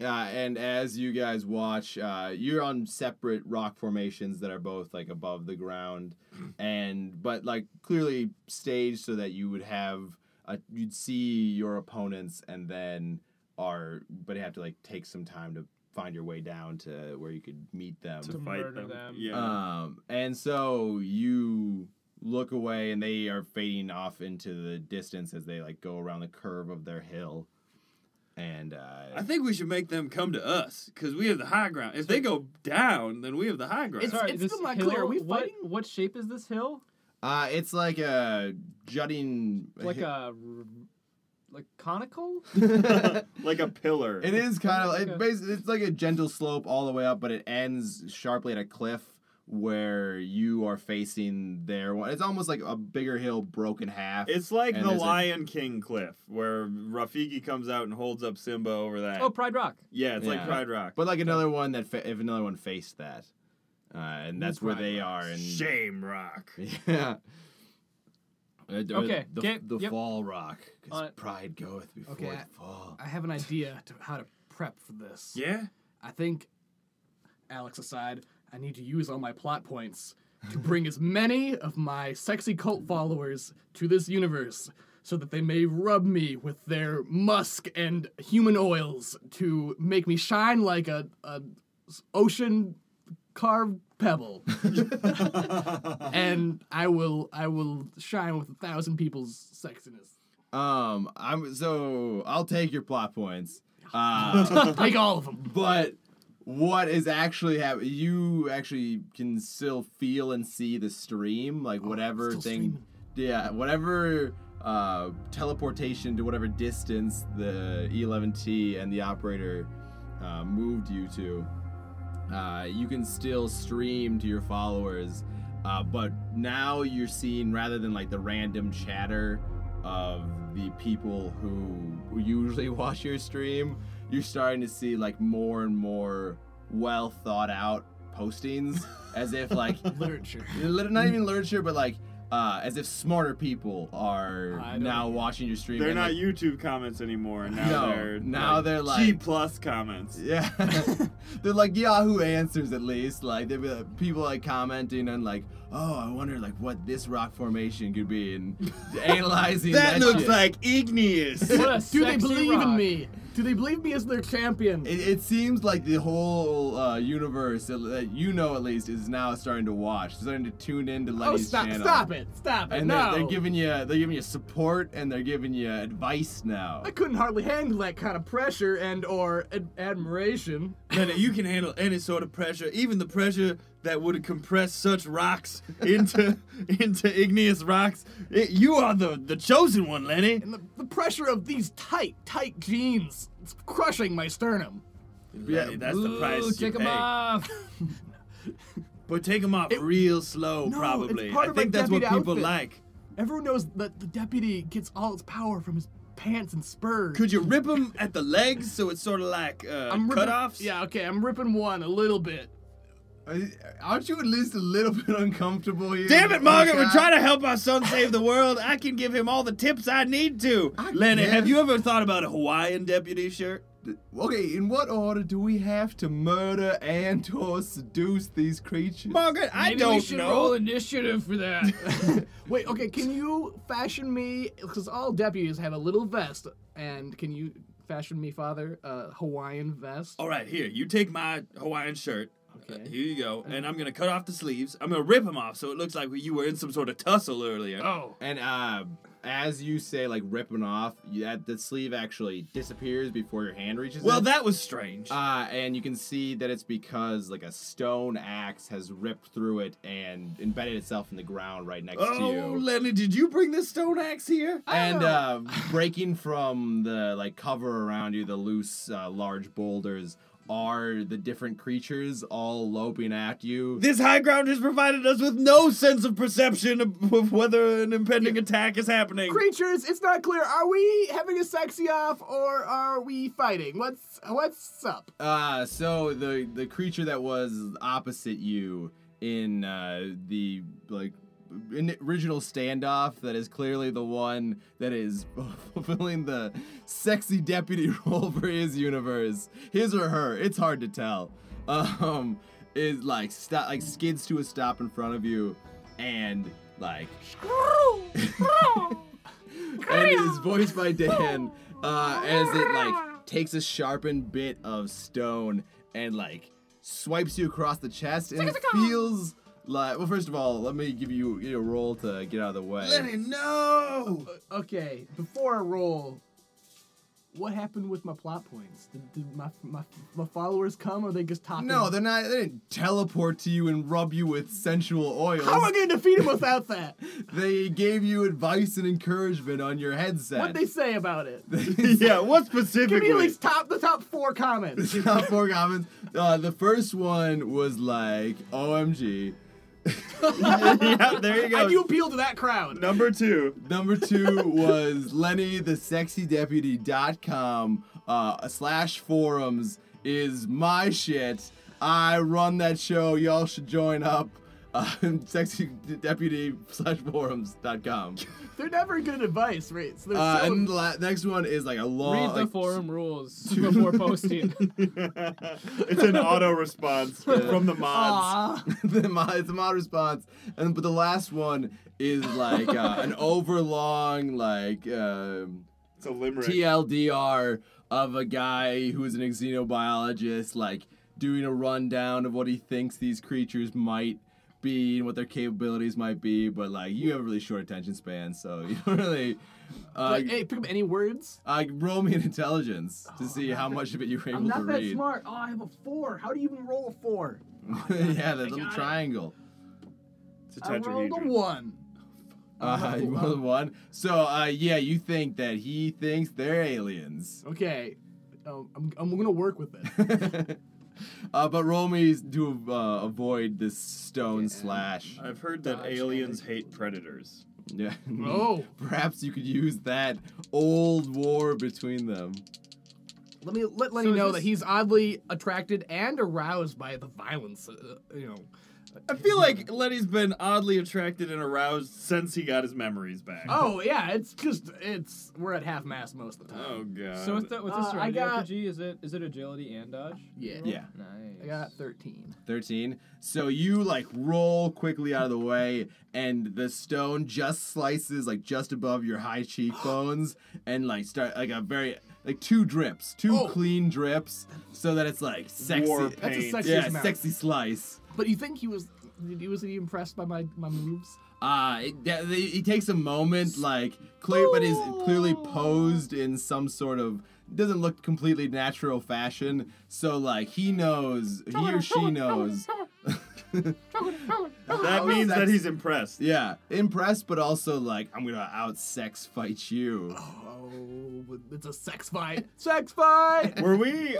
S1: Uh, and as you guys watch, uh, you're on separate rock formations that are both like above the ground, and but like clearly staged so that you would have a, you'd see your opponents and then are but have to like take some time to find your way down to where you could meet them.
S4: To murder them.
S2: Yeah.
S1: Um, and so you look away, and they are fading off into the distance as they like go around the curve of their hill. and uh,
S2: I think we should make them come to us because we have the high ground. If they go down, then we have the high ground.
S3: It's-
S4: Sorry, this
S3: still not
S4: hill,
S3: clear. Are we
S4: what,
S3: fighting?
S4: What shape is this hill?
S1: uh, it's like a jutting.
S4: Like a r- like conical?
S2: like a pillar.
S1: It is kind of
S4: Like
S1: it
S4: a-
S1: bas it's like a gentle slope all the way up, but it ends sharply at a cliff where you are facing their one. It's almost like a bigger hill broken half.
S2: It's like
S1: And
S2: the
S1: there's a-
S2: Lion King cliff where Rafiki comes out and holds up Simba over that.
S4: Oh, Pride Rock.
S2: yeah, it's like
S1: Yeah.
S2: Pride Rock.
S1: but like another one that fa- if another one faced that, uh, and that's where they are. And
S2: Shame Rock.
S1: yeah. Uh, d- uh,
S4: Okay,
S1: The,
S4: get-
S1: the
S4: yep.
S1: fall rock, 'cause
S4: Uh,
S1: pride goeth before
S3: okay,
S1: the fall.
S3: I have an idea to how to prep for this.
S2: Yeah.
S3: I think, Alex aside, I need to use all my plot points to bring as many of my sexy cult followers to this universe so that they may rub me with their musk and human oils to make me shine like a, a s- ocean carved pebble and i will i will shine with a thousand people's sexiness
S1: Um, I'm so I'll take your plot points. Uh,
S3: take all of them
S1: but what is actually happening? You actually can still feel and see the stream, like whatever
S3: still
S1: thing, yeah, whatever uh, teleportation to whatever distance the E11T and the operator uh, moved you to. Uh, you can still stream to your followers, uh, but now you're seeing rather than like the random chatter of the people who usually watch your stream, you're starting to see like more and more well thought out postings as if like
S3: literature
S1: lit- not even literature, but like uh, as if smarter people are
S4: I don't-
S1: now watching your stream.
S2: They're
S1: and,
S2: not
S1: like,
S2: YouTube comments anymore. Now
S1: No,
S2: they're
S1: now they're like-
S2: G plus comments.
S1: Yeah. They're like Yahoo answers at least. Like they like, people like commenting and like, oh, I wonder like what this rock formation could be and analyzing that,
S2: That looks
S1: shit.
S2: like igneous.
S4: What a
S3: do they
S4: sexy
S3: believe
S4: rock.
S3: in me do they believe me as their champion
S1: It, it seems like the whole uh, universe that, that you know at least is now starting to watch, starting to tune in to
S3: Oh,
S1: Lenny's
S3: stop!
S1: channel.
S3: Stop it! Stop it!
S1: And
S3: no,
S1: they're, they're giving you they're giving you support and they're giving you advice now.
S3: I couldn't hardly handle that kind of pressure and or ad- admiration.
S2: that you can handle any sort of pressure, even the pressure that would compress such rocks into into igneous rocks. It- you are the the chosen one, Lenny.
S3: And the, the pressure of these tight, tight jeans. It's crushing my sternum.
S2: Lenny, that's the price
S4: Ooh,
S2: you
S4: take
S2: pay.
S4: 'em off.
S2: But take them off real slow,
S3: No,
S2: probably.
S3: it's part
S2: I
S3: of my
S2: think that's what
S3: deputy
S2: people
S3: outfit.
S2: like.
S3: Everyone knows that the deputy gets all its power from his pants and spurs.
S2: Could you rip them at the legs so it's sort of like uh,
S3: ripping,
S2: cutoffs?
S3: Yeah, okay, I'm ripping one a little bit.
S1: Aren't you at least a little bit uncomfortable here?
S2: Damn it, Margaret! We're
S1: Okay.
S2: trying to help our son save the world. I can give him all the tips I need to. Lenny,
S1: guess.
S2: have you ever thought about a Hawaiian deputy shirt?
S1: Okay, in what order do we have to murder and or seduce these creatures?
S2: Margaret, I
S4: Maybe we
S2: don't
S4: should
S2: know.
S4: roll initiative for that.
S3: Wait, okay, can you fashion me? Because all deputies have a little vest, and can you fashion me, Father, a Hawaiian vest?
S2: All right, here, you take my Hawaiian shirt. Uh,
S3: Okay. Uh-huh.
S2: here you go. And I'm going to cut off the sleeves. I'm going to rip them off so it looks like you were in some sort of tussle earlier.
S3: Oh,
S1: And uh, as you say, like ripping off, you, that the sleeve actually disappears before your hand reaches.
S2: well,
S1: it.
S2: that was strange.
S1: Uh, and you can see that it's because like a stone axe has ripped through it and embedded itself in the ground right next to you.
S2: oh, Lenny, did you bring this stone axe here?
S1: and uh, breaking from the like cover around you, the loose, uh, large boulders are the different creatures all loping at you.
S2: This high ground has provided us with no sense of perception of of whether an impending attack is happening.
S3: creatures, it's not clear. Are we having a sexy off or are we fighting? What's what's up?
S1: Uh, so the the creature that was opposite you in uh, the like in original standoff that is clearly the one that is fulfilling the sexy deputy role for his universe, his or her, it's hard to tell. Um, is like stop like skids to a stop in front of you, and like and it is voiced by Dan uh, as it like takes a sharpened bit of stone and like swipes you across the chest and it feels like well first of all let me give you a roll
S2: Uh,
S1: to get out of the way
S2: Lenny, no!
S3: Okay, before I roll, what happened with my plot points? Did, did my, my my followers come, or they just talking?
S1: No, they're not. They didn't teleport to you and rub you with sensual oils.
S3: How am I gonna defeat him without that?
S1: They gave you advice and encouragement on your headset.
S3: What they say about it?
S2: yeah, what
S3: Give me at
S2: specifically?
S3: least top the top four comments.
S1: Top four comments. Uh, the first one was like, "OMG."
S2: yeah, there you
S3: How
S2: go.
S3: do you appeal to that crowd?
S2: Number two.
S1: Number two was Lenny the Sexy Deputy.com uh, slash forums is my shit. I run that show. Y'all should join up. Uh, sexy Deputy slash forums.com.
S3: They're never good advice, right? So they're
S1: Uh,
S3: so
S1: and the la- next one is like a long.
S4: Read the
S1: like,
S4: forum rules before posting.
S2: it's an auto response from the mods.
S3: Aw.
S1: the mod, it's a mod response, and but the last one is like uh, an overlong like um
S2: It's a limerick.
S1: TLDR of a guy who is an xenobiologist, like doing a rundown of what he thinks these creatures might be and what their capabilities might be. But like you have a really short attention span, so you don't really. Uh,
S3: Like, hey, pick up any words.
S1: uh, roll me an intelligence
S3: Oh,
S1: to see how much of it you were able
S3: I'm
S1: to
S3: not that
S1: read.
S3: smart. Oh, I have a four. How do you even roll a four?
S1: yeah, that little
S3: got it.
S1: triangle.
S2: It's a
S3: I rolled a
S2: tetrahedron.
S3: one.
S1: Uh, you want one? So, uh, yeah, you think that he thinks they're aliens.
S3: Okay, um, I'm, I'm gonna work with it.
S1: uh, but roll me to uh, avoid this stone slash.
S2: I've heard that aliens hate predators.
S1: Yeah.
S3: oh,
S1: Perhaps you could use that old war between them.
S3: let me let Lenny
S4: So is
S3: know
S4: this-
S3: that he's oddly attracted and aroused by the violence. Uh, you know,
S2: I feel like Letty's been oddly attracted and aroused since he got his memories back.
S3: Oh yeah, it's just it's we're at half mass most of the time.
S2: Oh, god.
S4: so with the with the
S3: Uh, I
S4: Serenity
S3: got-
S4: RPG, is it is it agility and dodge?
S3: Yeah.
S1: Yeah.
S4: Nice.
S3: I got thirteen.
S1: 13. So you like roll quickly out of the way, and the stone just slices like just above your high cheekbones, and like start like a very like two drips, two
S3: Oh.
S1: clean drips, so that it's like sexy.
S2: War
S3: That's a
S2: paint.
S3: sexy
S1: yeah,
S3: amount.
S1: sexy slice.
S3: But you think he was did he was he impressed by my my moves?
S1: Uh, it, that- they- he takes a moment, like clear, but is clearly posed in some sort of doesn't look completely natural fashion. So like he knows, he or she knows,
S2: that means that he's impressed.
S1: yeah, impressed, but also like I'm gonna out sex fight you.
S3: Oh, but it's a sex fight. sex fight.
S2: Were we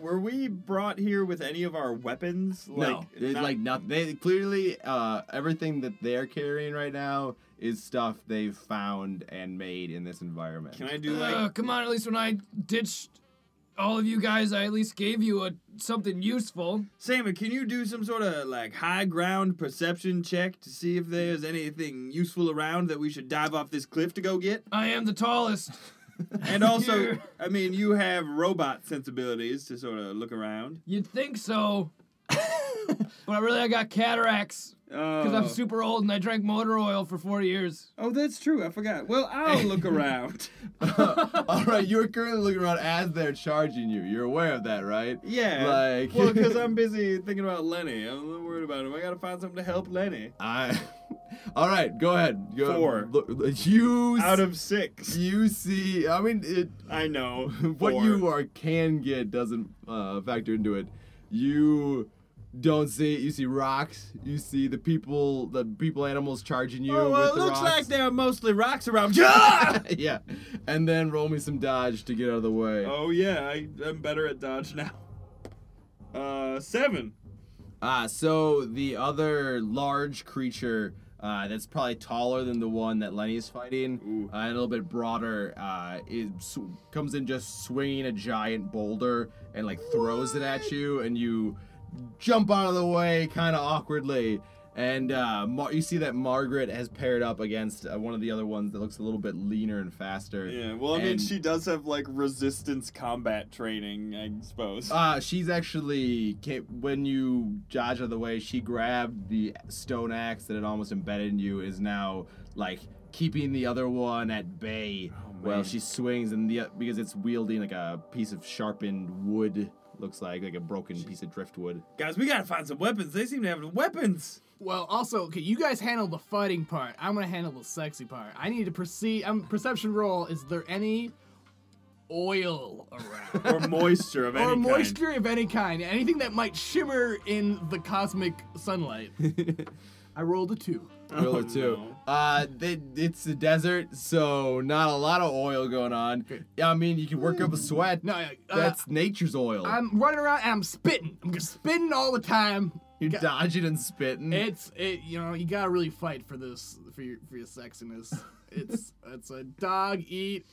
S2: were we brought here with any of our weapons? Like,
S1: no, it's
S2: not-
S1: like nothing. They clearly uh everything that they're carrying right now is stuff they've found and made in this environment.
S2: Can I do like?
S4: Ugh, come on, at least when I ditched all of you guys, I at least gave you a something useful.
S2: Sam, can you do some sort of like high ground perception check to see if there's anything useful around that we should dive off this cliff to go get?
S4: I am the tallest.
S2: And also, I mean, you have robot sensibilities to sort of look around.
S4: You'd think so. but I really I got cataracts because I'm
S2: Oh.
S4: super old and I drank motor oil for four years.
S2: oh, that's true. I forgot. Well, I'll look around.
S1: All right, you're currently looking around as they're charging you. You're aware of that, right?
S2: Yeah.
S1: Like,
S2: Well, because I'm busy thinking about Lenny. I'm a little worried about him. I gotta find something to help Lenny.
S1: I. All right, go ahead. Go,
S2: Four.
S1: Look, look, you s-
S2: Out of six.
S1: you see. I mean, it,
S2: I know.
S1: what
S2: Four.
S1: you are can get doesn't uh, factor into it. You don't see it. You see rocks. You see the people, the people, animals charging you
S2: Oh,
S1: with
S2: well, it
S1: the
S2: looks like
S1: rocks.
S2: there are mostly rocks around. Yeah!
S1: yeah, and then roll me some dodge to get out of the way.
S2: Oh yeah, I, I'm better at dodge now. Uh, seven.
S1: Ah, so the other large creature uh, that's probably taller than the one that Lenny's fighting,
S2: Ooh.
S1: uh, and a little bit broader, uh, is, sw- comes in just swinging a giant boulder and like throws it at you, and you jump out of the way kind of awkwardly. And uh, Mar- you see that Margaret has paired up against uh, one of the other ones that looks a little bit leaner and faster.
S2: Yeah. Well, I mean,
S1: And-
S2: she does have like resistance combat training, I suppose.
S1: Uh, she's actually ca- when you dodge out of the way, she grabbed the stone axe that had almost embedded in you. Is now like keeping the other one at bay
S3: Oh,
S1: while she swings, and the because it's wielding like a piece of sharpened wood, looks like like a broken piece of driftwood.
S2: Guys, we gotta find some weapons. They seem to have weapons.
S3: Well, also, okay, you guys handle the fighting part. I'm gonna handle the sexy part. I need to perceive. Um, perception roll. Is there any oil around.
S2: or moisture of any
S3: or
S2: kind.
S3: moisture of any kind, anything that might shimmer in the cosmic sunlight. I rolled a two.
S1: Roller
S2: Oh,
S1: too.
S2: no.
S1: Uh, they, it's the desert, so not a lot of oil going on. I mean, you can work up a sweat.
S3: Mm. No, I- uh,
S1: That's nature's oil.
S3: I'm running around and I'm spitting. I'm just spitting all the time.
S1: You're dodging and spitting.
S3: It's it, you know, you gotta really fight for this for your for your sexiness. It's it's a dog eat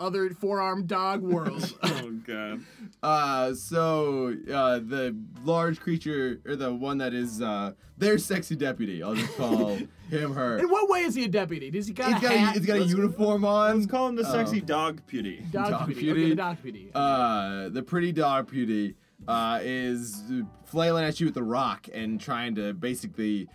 S3: other four armed dog world.
S2: Oh god.
S1: Uh, so uh, the large creature, or the one that is uh, their sexy deputy. I'll just call him her.
S3: In what way is he a deputy? Does he got
S1: It's
S3: a
S1: got
S3: hat?
S1: a, it's got a uniform on.
S2: Let's call him the sexy
S1: Oh.
S2: dog beauty.
S3: dog,
S1: dog
S3: deputy.
S1: deputy.
S3: Okay, the dog deputy.
S1: Uh, the pretty deputy uh, is flailing at you with the rock and trying to basically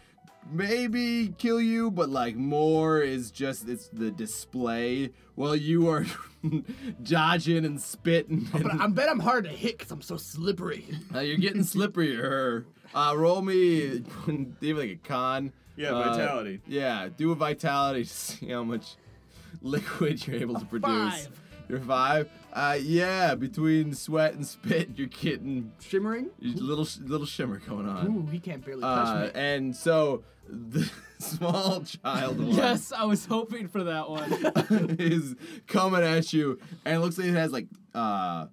S1: maybe kill you, but like more is just it's the display while you are dodging and spitting.
S3: but I bet I'm hard to hit because I'm so slippery.
S1: Uh, you're getting slipperier. Uh, roll me, even like a con.
S2: Yeah,
S1: Uh,
S2: vitality.
S1: Yeah, do a vitality to see how much liquid you're able to produce.
S3: five.
S1: You're five. Uh, yeah, between sweat and spit, you're getting
S3: Shimmering?
S1: you- little sh- little shimmer going on.
S3: Ooh, he can't barely
S1: Uh,
S3: touch me.
S1: and so the small child one
S4: Yes, I was hoping for that one.
S1: is coming at you, and it looks like it has like uh,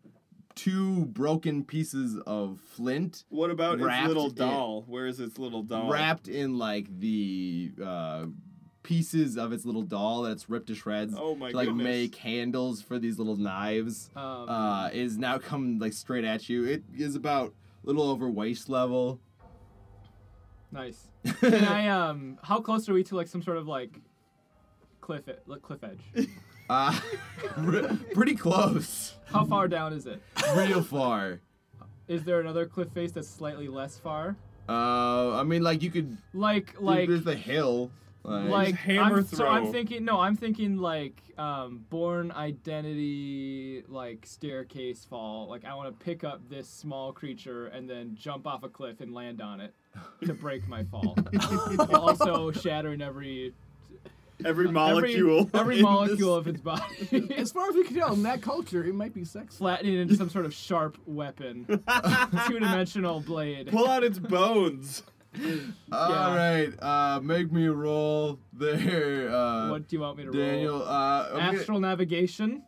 S1: two broken pieces of flint.
S2: What about its
S1: Wrapped
S2: little
S1: in-
S2: doll? Where is its little
S4: Um,
S2: doll?
S1: wrapped in like the uh, pieces of its little doll that's ripped to shreds.
S2: Oh my
S1: to, like
S2: goodness.
S1: make handles for these little knives.
S4: Um,
S1: uh, is now coming like straight at you. It is about a little over waist level.
S4: nice. Can I um? How close are we to like some sort of like cliff e- like, cliff edge?
S1: Uh, re- pretty close.
S4: How far down is it?
S1: Real far.
S4: Is there another cliff face that's slightly less far?
S1: Uh, I mean, like you could
S4: Like like
S1: there's the hill. Like,
S4: like
S2: hammer
S4: I'm, So I'm
S2: throw.
S4: thinking no, I'm thinking like um, born identity like staircase fall. Like I want to pick up this small creature and then jump off a cliff and land on it to break my fall. While also shattering every
S2: Every
S4: every-
S2: molecule.
S4: every,
S2: in this-
S4: molecule of its body.
S3: As far as we can tell, in that culture, it might be sexy.
S4: Flattening into some sort of sharp weapon, two-dimensional blade.
S2: Pull out its bones.
S1: All right, uh, make me roll there, uh,
S4: what do you want me to
S1: Daniel.
S4: roll?
S1: Uh, I'm gonna-
S4: Astral navigation.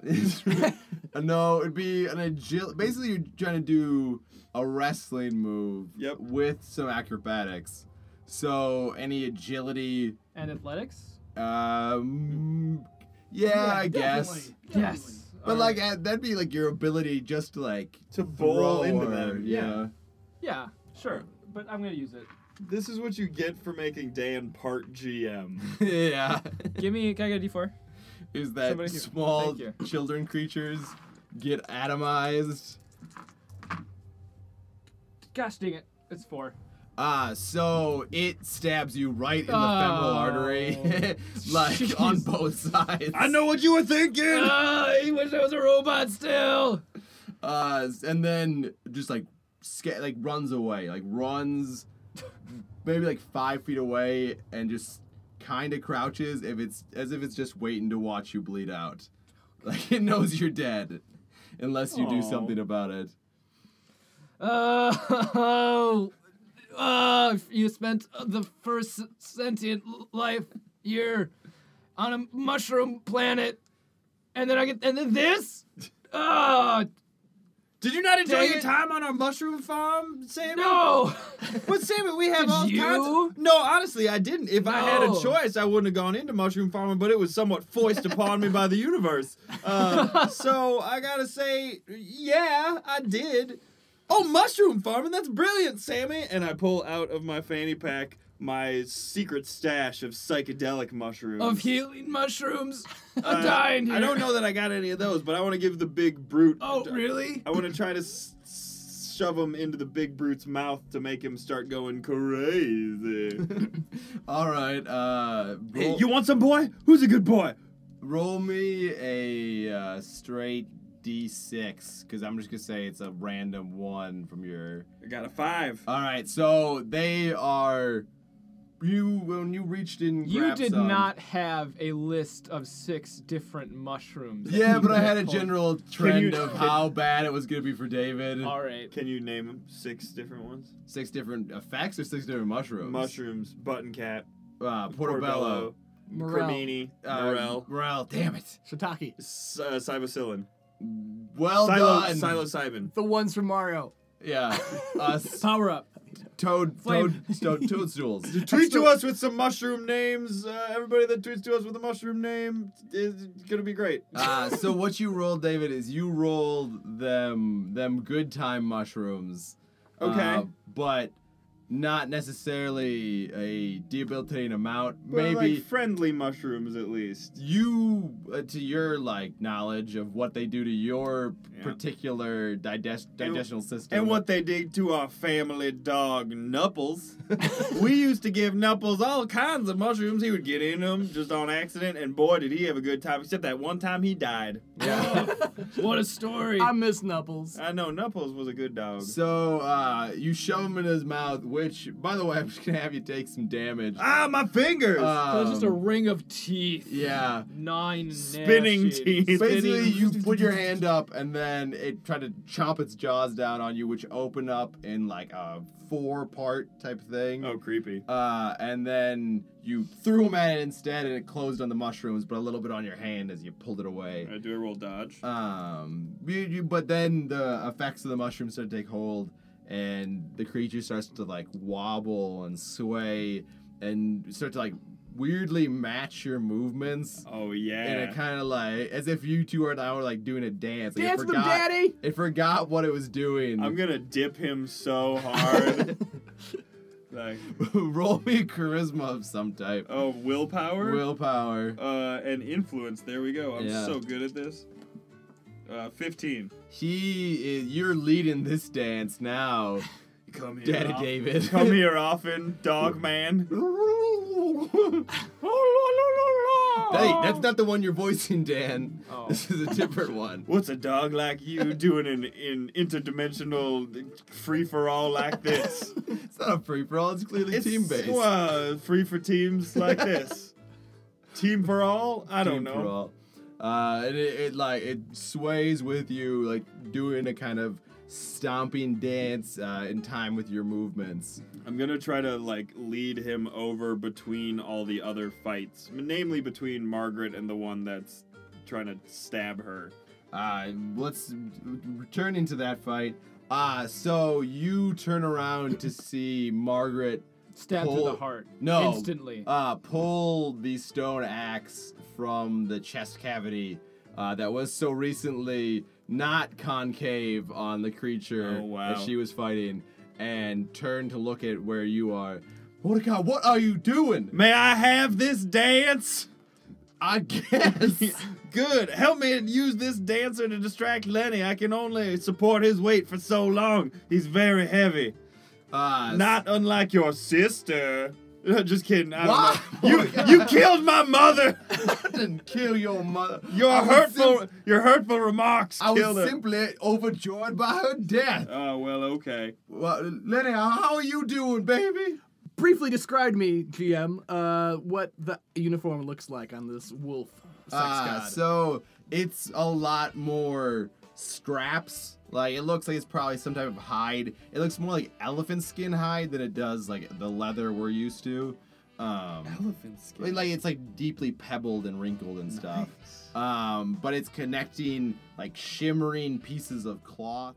S1: Uh, no, it'd be an agil. Basically, you're trying to do a wrestling move
S2: Yep.
S1: with some acrobatics. So any agility,
S4: and athletics.
S1: um, yeah, I guess.
S3: definitely.
S4: Yes.
S1: But like uh, that'd be like your ability just to like
S2: To bowl
S1: throw
S2: into
S1: or-
S2: them.
S1: Yeah.
S4: yeah, sure. But I'm gonna use it.
S2: This is what you get for making Dan part GM.
S1: yeah.
S4: Give me. Can I get a D4?
S1: Is that
S4: Somebody here.
S1: small
S4: Thank you.
S1: children creatures get atomized?
S4: Gosh dang it! It's four.
S1: Ah, so it stabs you right in the femoral
S4: Oh.
S1: artery, like on both sides.
S2: I know what you were thinking.
S4: I Ah, wish I was a robot still.
S1: Uh, and then just like sca- like runs away, like runs maybe like five feet away, and just kind of crouches if it's as if it's just waiting to watch you bleed out. Like it knows you're dead, unless you do
S2: Aw.
S1: something about it.
S4: Uh, oh, uh, you spent the first sentient life year on a mushroom planet, and then I get and then this. Oh
S5: Did you not enjoy
S4: Dang
S5: your
S4: it.
S5: time on our mushroom farm, Sammy?
S4: no!
S5: But Sammy, we have
S4: Did
S5: all
S4: you?
S5: kinds. Of... No, honestly, I didn't. If I had a
S4: No.
S5: choice, I wouldn't have gone into mushroom farming. But it was somewhat foisted upon me by the universe. Uh, so I gotta say, yeah, I did. Oh, mushroom farming! That's brilliant, Sammy.
S2: And I pull out of my fanny pack my secret stash of psychedelic mushrooms.
S4: Of healing mushrooms,
S2: Uh,
S4: I'm dying.
S2: I don't know that I got any of those, but I want to give the big brute.
S4: Oh really?
S2: I want to try to s- s- shove him into the big brute's mouth to make him start going crazy.
S1: All right, uh,
S2: Hey,
S1: roll,
S2: you want some boy? Who's a good boy?
S1: roll me a uh, straight d6 because I'm just gonna say it's a random one from your
S2: Uh, I got a five.
S1: All right, so they are you when you reached in.
S4: You
S1: grabbed
S4: did
S1: some-
S4: not have a list of six different mushrooms. that
S1: Yeah,
S4: you
S1: but I
S4: could
S1: had a
S4: pull.
S1: general trend
S2: you-
S1: of how bad it was gonna be for David.
S4: All right.
S2: Can you name six different ones?
S1: Six different effects or six different mushrooms.
S2: Mushrooms, button cap,
S1: Uh,
S2: portobello,
S1: portobello.
S3: Morel.
S2: cremini,
S1: Uh,
S2: morel,
S1: Morel. Damn it.
S3: Shiitake.
S2: s- uh, psilocybin,
S1: Well
S2: Silo-
S1: done.
S2: psilocybin.
S3: The ones from Mario.
S1: Yeah. Us.
S4: Power up.
S1: Toad. Toad.
S4: Flame.
S1: Toad. Toadstools.
S5: Tweet to us with some mushroom names. Uh, everybody that tweets to us with a mushroom name is gonna be great.
S1: Uh, so what you rolled, David, is you rolled them them good time mushrooms.
S5: Okay.
S1: uh, but not necessarily a debilitating amount.
S2: Well,
S1: Maybe
S2: like friendly mushrooms at least.
S1: you, uh, to your like knowledge of what they do to your
S2: Yeah.
S1: particular digest digestional system,
S2: And what they did to our family dog Knupples. we used to give Knupples all kinds of mushrooms. He would get in them just on accident, and boy, did he have a good time. Except that one time he died.
S4: What a story.
S3: I miss Knuckles.
S2: I know Knupples was a good dog.
S1: So uh, you shove them in his mouth, which, by the way, I'm just gonna have you take some damage.
S2: ah, my fingers!
S4: that was just a
S1: Um,
S4: ring of teeth.
S1: yeah.
S4: Nine
S2: Spinning
S4: nasty-
S2: teeth.
S1: Basically,
S4: spinning-
S1: you put your hand up, and then it tried to chomp its jaws down on you, which open up in like a four-part type thing.
S2: oh, creepy.
S1: Uh, and then you threw them at it instead, and it closed on the mushrooms, but a little bit on your hand as you pulled it away.
S2: I do a roll dodge.
S1: Um, you, you, but then the effects of the mushrooms start to take hold, and the creature starts to like wobble and sway, and start to like weirdly match your movements. And
S2: oh
S1: it
S2: yeah.
S1: kind of like as if you two are now like doing a dance. Like,
S3: Dance
S1: it
S3: with him,
S1: forgot,
S3: Daddy!
S1: It forgot what it was doing.
S2: I'm gonna dip him so hard. like,
S1: roll me a charisma of some type.
S2: oh, willpower.
S1: Willpower.
S2: uh, and influence. There we go. I'm
S1: Yeah.
S2: so good at this. Uh, 15.
S1: He is. You're leading this dance now,
S2: Come here.
S1: Daddy
S2: of-
S1: David.
S2: Come here often, dog man.
S1: Hey, that's not the one you're voicing, Dan.
S4: Oh.
S1: This is a different one.
S2: What's a dog like you doing in in interdimensional free for all like this?
S1: It's not a free for all. It's clearly
S2: It's,
S1: team based.
S2: uh, free for teams like this. Team for all? I
S1: Team
S2: don't know.
S1: Pearl. Uh, and it, it like it sways with you, like doing a kind of stomping dance uh, in time with your movements.
S2: I'm gonna try to like lead him over between all the other fights, namely between Margaret and the one that's trying to stab her.
S1: Uh, let's return into that fight. Ah, so you turn around to see Margaret.
S4: Stabbed to the
S1: pull-
S4: heart.
S1: No.
S4: Instantly.
S1: Uh, pull the stone axe from the chest cavity uh, that was so recently not concave on the creature
S2: Oh, wow.
S1: that she was fighting, and turn to look at where you are. Mordecai, what are you doing?
S2: May I have this dance?
S1: I guess.
S2: Good. Help me use this dancer to distract Lenny. I can only support his weight for so long. He's very heavy.
S1: Uh,
S2: Not unlike your sister. Just kidding. I
S1: Why?
S2: don't know. You you killed my mother.
S1: didn't kill your mother.
S2: Your
S1: I was
S2: hurtful
S1: simp-
S2: your hurtful remarks
S1: I
S2: killed her.
S1: was simply overjoyed by her death.
S2: oh well, okay.
S1: Well, Lenny, how are you doing, baby?
S3: Briefly describe me, GM, uh, what the uniform looks like on this wolf sex
S1: Ah,
S3: god.
S1: so it's a lot more straps. Like it looks like it's probably some type of hide. It looks more like elephant skin hide than it does like the leather we're used to. Um,
S2: Elephant
S1: like like, it's like deeply pebbled and wrinkled and stuff. Um, but it's connecting like shimmering pieces of cloth.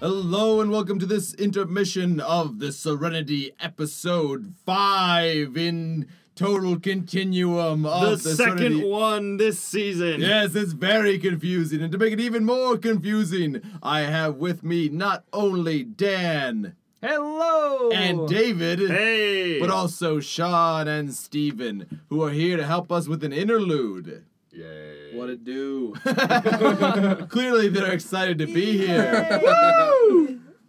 S1: Hello and welcome to this intermission of the Serenity episode five in total continuum of
S2: The
S1: the,
S2: second
S1: Serenity-
S2: one this season.
S1: Yes, it's very confusing, and to make it even more confusing, I have with me not only Dan
S4: Hello.
S1: and David,
S2: Oh. Hey.
S1: but also Sean and Steven, who are here to help us with an interlude. Yay.
S5: What it do?
S1: Clearly, they're excited to be here.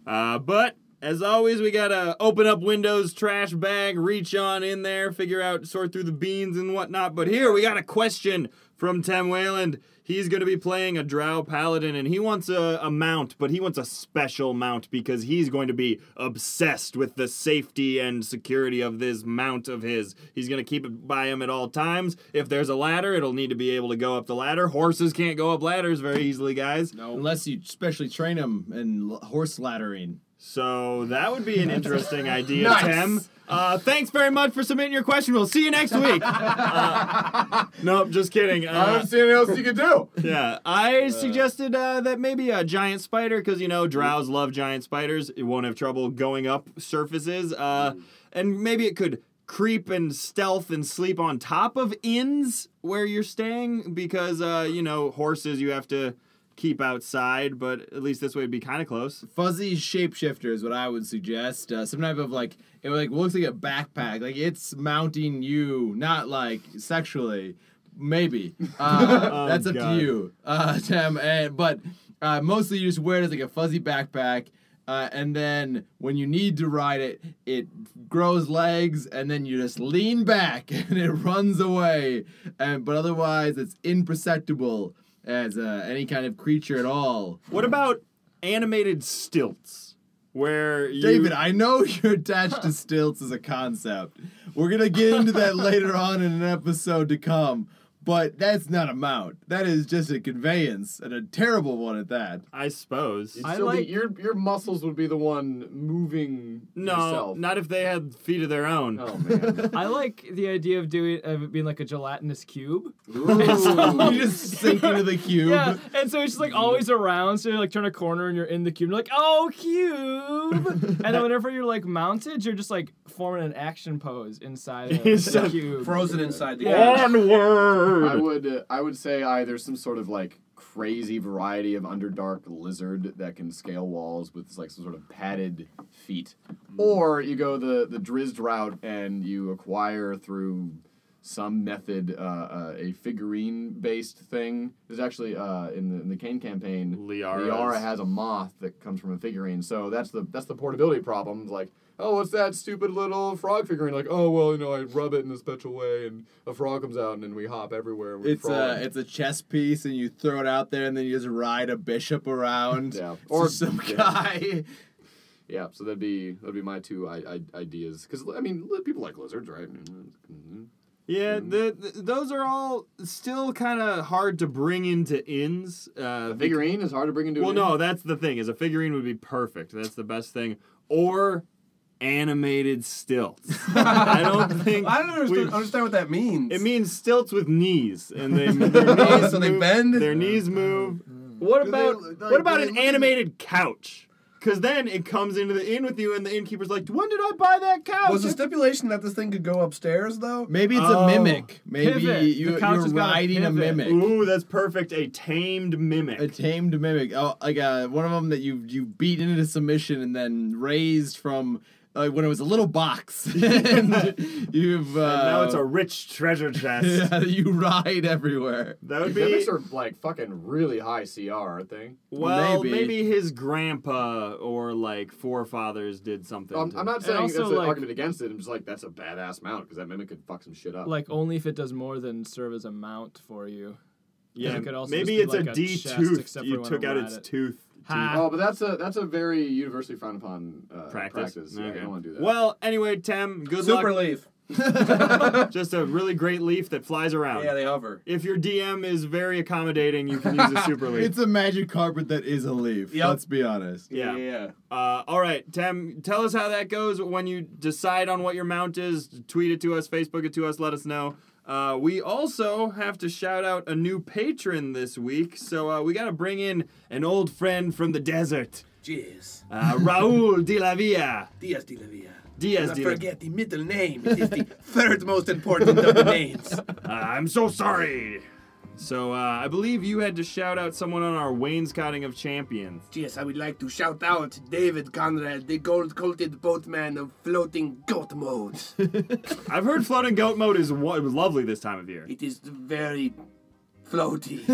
S2: Uh, but As always, we gotta open up windows, trash bag, reach on in there, figure out, sort through the beans and whatnot. But here we got a question from Tim Wayland. He's gonna be playing a Drow Paladin, and he wants a, a mount, but he wants a special mount because he's going to be obsessed with the safety and security of this mount of his. He's gonna keep it by him at all times. If there's a ladder, it'll need to be able to go up the ladder. Horses can't go up ladders very easily, guys.
S1: Unless you specially train them in l- horse laddering.
S2: So that would be an interesting idea,
S1: Nice.
S2: Tim. Uh, thanks very much for submitting your question. We'll see you next week. Uh, nope, just kidding. Uh,
S1: see anything else you can do.
S2: yeah, I suggested uh, that maybe a giant spider, because you know drows love giant spiders. It won't have trouble going up surfaces, uh, and maybe it could creep and stealth and sleep on top of inns where you're staying, because uh, you know horses you have to keep outside, but at least this way would be kind of close.
S1: Fuzzy shapeshifter is what I would suggest. Uh, some type of like it like looks like a backpack. Like it's mounting you, not like sexually. Maybe uh,
S2: Oh,
S1: that's up
S2: God.
S1: to you, uh, Tim. And, but uh, mostly you just wear it as like a fuzzy backpack. Uh, and then when you need to ride it, it grows legs, and then you just lean back and it runs away. And but otherwise, it's imperceptible as uh, any kind of creature at all.
S2: What about animated stilts? Where you,
S1: David, I know you're attached to stilts as a concept. We're gonna get into that later on in an episode to come, but that's not a mount. That is just a conveyance, and a terrible one at that.
S2: I suppose.
S4: I
S6: Still be-
S4: like-
S6: your your muscles would be the one moving
S2: no,
S6: yourself.
S2: not if they had feet of their own.
S6: Oh man.
S4: I like the idea of doing of it being like a gelatinous cube.
S6: Ooh.
S1: you just sink into the cube.
S4: Oh. Yeah, and so it's just like always around. So you like turn a corner and you're in the cube. You're like, oh, cube! and then whenever you're like mounted, you're just like forming an action pose inside of
S2: He's
S4: the
S2: so
S4: cube.
S5: Frozen inside the
S4: Yeah.
S6: I
S2: Onward.
S6: would uh, I would say either some sort of like crazy variety of underdark lizard that can scale walls with like some sort of padded feet, or you go the the drizzt route and you acquire through some method uh, uh, a figurine based thing. There's actually uh, in the in the Kane campaign.
S2: Liara's.
S6: Liara has a moth that comes from a figurine, so that's the that's the portability problem. It's Like, oh, what's that stupid little frog figurine? Like, oh, well, you know, I rub it in a special way, and a frog comes out, and then we hop everywhere. And we
S2: uh,
S1: It's a it's a chess piece, and you throw it out there, and then you just ride a bishop around.
S6: Yeah.
S1: Or
S6: Or-
S1: some
S6: yeah.
S1: guy.
S6: yeah. So that'd be that'd be my two I- I- ideas, because I mean, li- people like lizards, right? Mhm.
S2: Yeah, the, the, those are all still kind of hard to bring into inns. Uh,
S6: A figurine is hard to bring into.
S2: Well,
S6: an-
S2: no, that's the thing. Is a figurine would be perfect. That's the best thing. Or animated stilts. I don't think.
S5: I don't understand,
S2: we've-
S5: understand what that means.
S2: It means stilts with knees, and they their
S1: Oh,
S2: knees
S1: so they
S2: move-
S1: bend? Oh,
S2: Their knees move. What
S1: Do
S2: about
S1: they- like,
S2: what about
S1: do they
S2: an
S1: look at-
S2: animated couch? Because then it comes into the inn with you, and the innkeeper's like, "When did I buy that couch?"
S5: was the stipulation that this thing could go upstairs though?
S1: Maybe it's
S2: Oh.
S1: a mimic. Maybe
S4: Pivot. The
S1: you,
S4: couch
S1: you're
S4: has got a
S1: riding a,
S4: pivot.
S1: mimic.
S2: Ooh, that's perfect. A tamed mimic.
S1: A tamed mimic. Oh, like uh, one of them that you you beat into submission and then raised from uh, when it was a little box. and you've uh,
S2: and now it's a rich treasure chest.
S1: yeah, you ride everywhere.
S2: That would be
S6: Mimics are like fucking really high CR, aren't they?
S2: well, maybe.
S1: maybe.
S2: his grandpa or like forefathers did something.
S6: Um,
S2: to-
S6: I'm not saying
S4: also,
S6: that's an
S4: like-
S6: argument against it. I'm just like that's a badass mount because that mimic could fuck some shit up.
S4: Like only if it does more than serve as a mount for you.
S2: Yeah,
S4: It could also
S2: maybe it's
S4: just be
S2: a
S4: like a
S2: D
S4: chest,
S2: tooth.
S4: except
S2: You
S4: for when
S2: took
S4: I
S2: out
S4: ride
S2: its
S4: it.
S2: tooth.
S4: Ha.
S6: Oh, but that's a that's a very universally frowned upon uh,
S2: Practice.
S6: practice. Yeah,
S2: Okay.
S6: I don't want to do that.
S2: Well, anyway, Tim, good
S5: Super
S2: luck.
S5: leaf.
S2: Just a really great leaf that flies around.
S5: Yeah, they hover.
S2: if your DM is very accommodating, you can use a super leaf.
S1: It's a magic carpet that is a leaf.
S5: Yep.
S1: Let's be honest.
S2: Yeah.
S5: yeah.
S2: Uh, all right, Tim, tell us how that goes when you decide on what your mount is. Tweet it to us, Facebook it to us, let us know. Uh, we also have to shout out a new patron this week, so uh, we got to bring in an old friend from the desert,
S7: Yes,
S2: uh, Raul de la Villa.
S7: Diaz de la Villa.
S2: Diaz
S7: Don't
S2: de la
S7: forget the middle name. It is the third most important of the names.
S2: Uh, I'm so sorry. So uh, I believe you had to shout out someone on our Wainscoting of Champions.
S7: Yes, I would like to shout out David Conrad, the gold-coated boatman of floating goat mode.
S2: I've heard floating goat mode is wo- lovely this time of year
S7: it is very floaty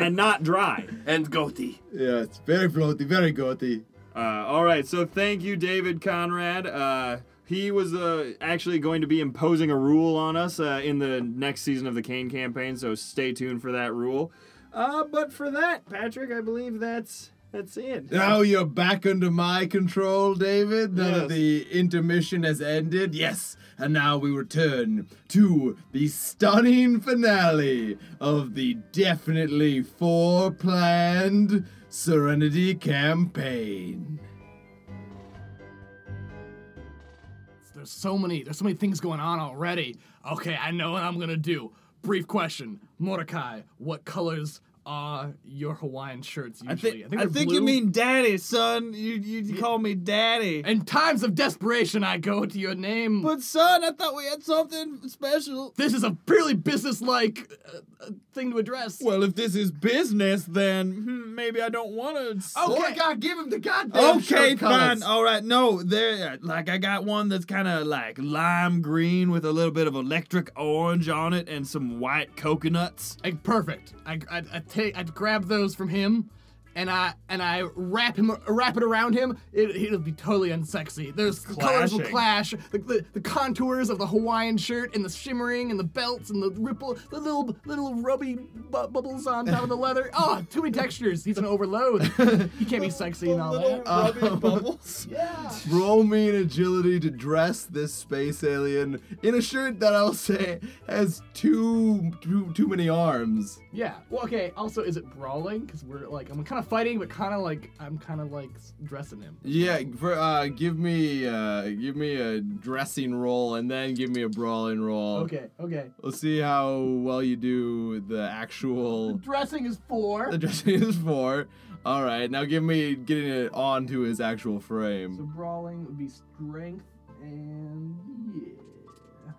S2: and not dry.
S7: and goaty.
S1: Yeah, it's very floaty, very goaty.
S2: Uh, all right, so thank you, David Conrad. Uh, he was uh, actually going to be imposing a rule on us uh, in the next season of the Kane campaign, so stay tuned for that rule. Uh, but for that, Patrick, I believe that's that's it.
S5: Now you're back under my control, David. Now that
S2: Yes.
S5: the intermission has ended, yes. And now we return to the stunning finale of the definitely fore-planned Serenity campaign.
S3: There's so many. There's so many things going on already. Okay, I know what I'm gonna do. Brief question, Mordecai. What colors are your Hawaiian shirts usually?
S8: I
S3: they're
S8: think you
S3: blue.
S8: mean daddy, son. You you, you call me daddy.
S3: In times of desperation, I go to your name.
S8: But son, I thought we had something special.
S3: this is a purely business-like uh, uh, thing to address.
S8: Well, if this is business, then hmm, maybe I don't want to.
S3: Okay.
S5: God, give him the goddamn
S8: Okay,
S5: shirt
S8: fine.
S5: colours.
S8: All right, no, there. Like I got one that's kind of like lime green with a little bit of electric orange on it and some white coconuts.
S3: Like, perfect. I I, I take I grab those from him, and I and I wrap him wrap it around him. It, it'll be totally unsexy. There's the colors will
S2: Clashing.
S3: clash. The, the, the contours of the Hawaiian shirt and the shimmering and the belts and the ripple, the little little rubby bu- bubbles on top of the leather. Oh, too many textures. He's an overload. He can't be sexy and all that.
S8: bubbles.
S5: Roll me an agility to dress this space alien in a shirt that I'll say has too too, too many arms.
S3: Yeah. Well, okay. Also, is it brawling? Because we're like I'm kind of fighting, but kind of like I'm kind of like s- dressing him.
S5: Yeah, for, uh, give me uh, give me a dressing roll and then give me a brawling roll.
S3: Okay. Okay.
S5: Let's see how well you do with the actual.
S3: Dressing is four.
S5: The dressing is four. All right, now give me getting it onto his actual
S3: So
S5: frame.
S3: brawling would be strength and yeah.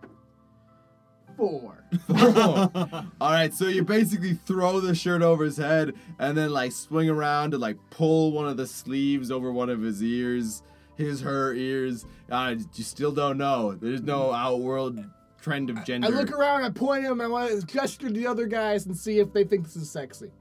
S3: Four.
S5: All right, so you basically throw the shirt over his head and then like swing around to like pull one of the sleeves over one of his ears, his her ears. Uh, you still don't know. There's no outworld trend of gender.
S3: I look around, I point at him, I want to gesture to the other guys and see if they think this is sexy.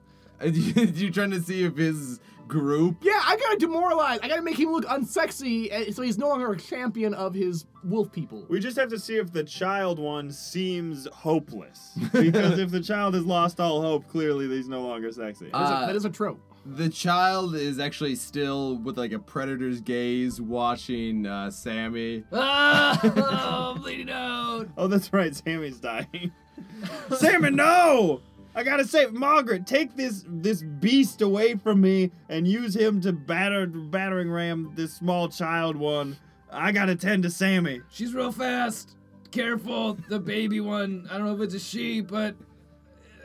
S5: you trying to see if his group
S3: Yeah, I gotta demoralize. I gotta make him look unsexy, and so he's no longer a champion of his wolf people.
S2: We just have to see if the child one seems hopeless. Because if the child has lost all hope, clearly he's no longer sexy.
S3: That is a-
S5: Uh,
S3: that is a trope.
S5: The child is actually still with like a predator's gaze watching uh, Sammy.
S4: Ah, I'm bleeding out.
S2: oh, that's right, Sammy's dying.
S8: Salmon, no! I gotta say, Margaret, take this this beast away from me and use him to batter battering ram this small child one. I gotta tend to Sammy.
S4: She's real fast. Careful, the baby one. I don't know if it's a she, but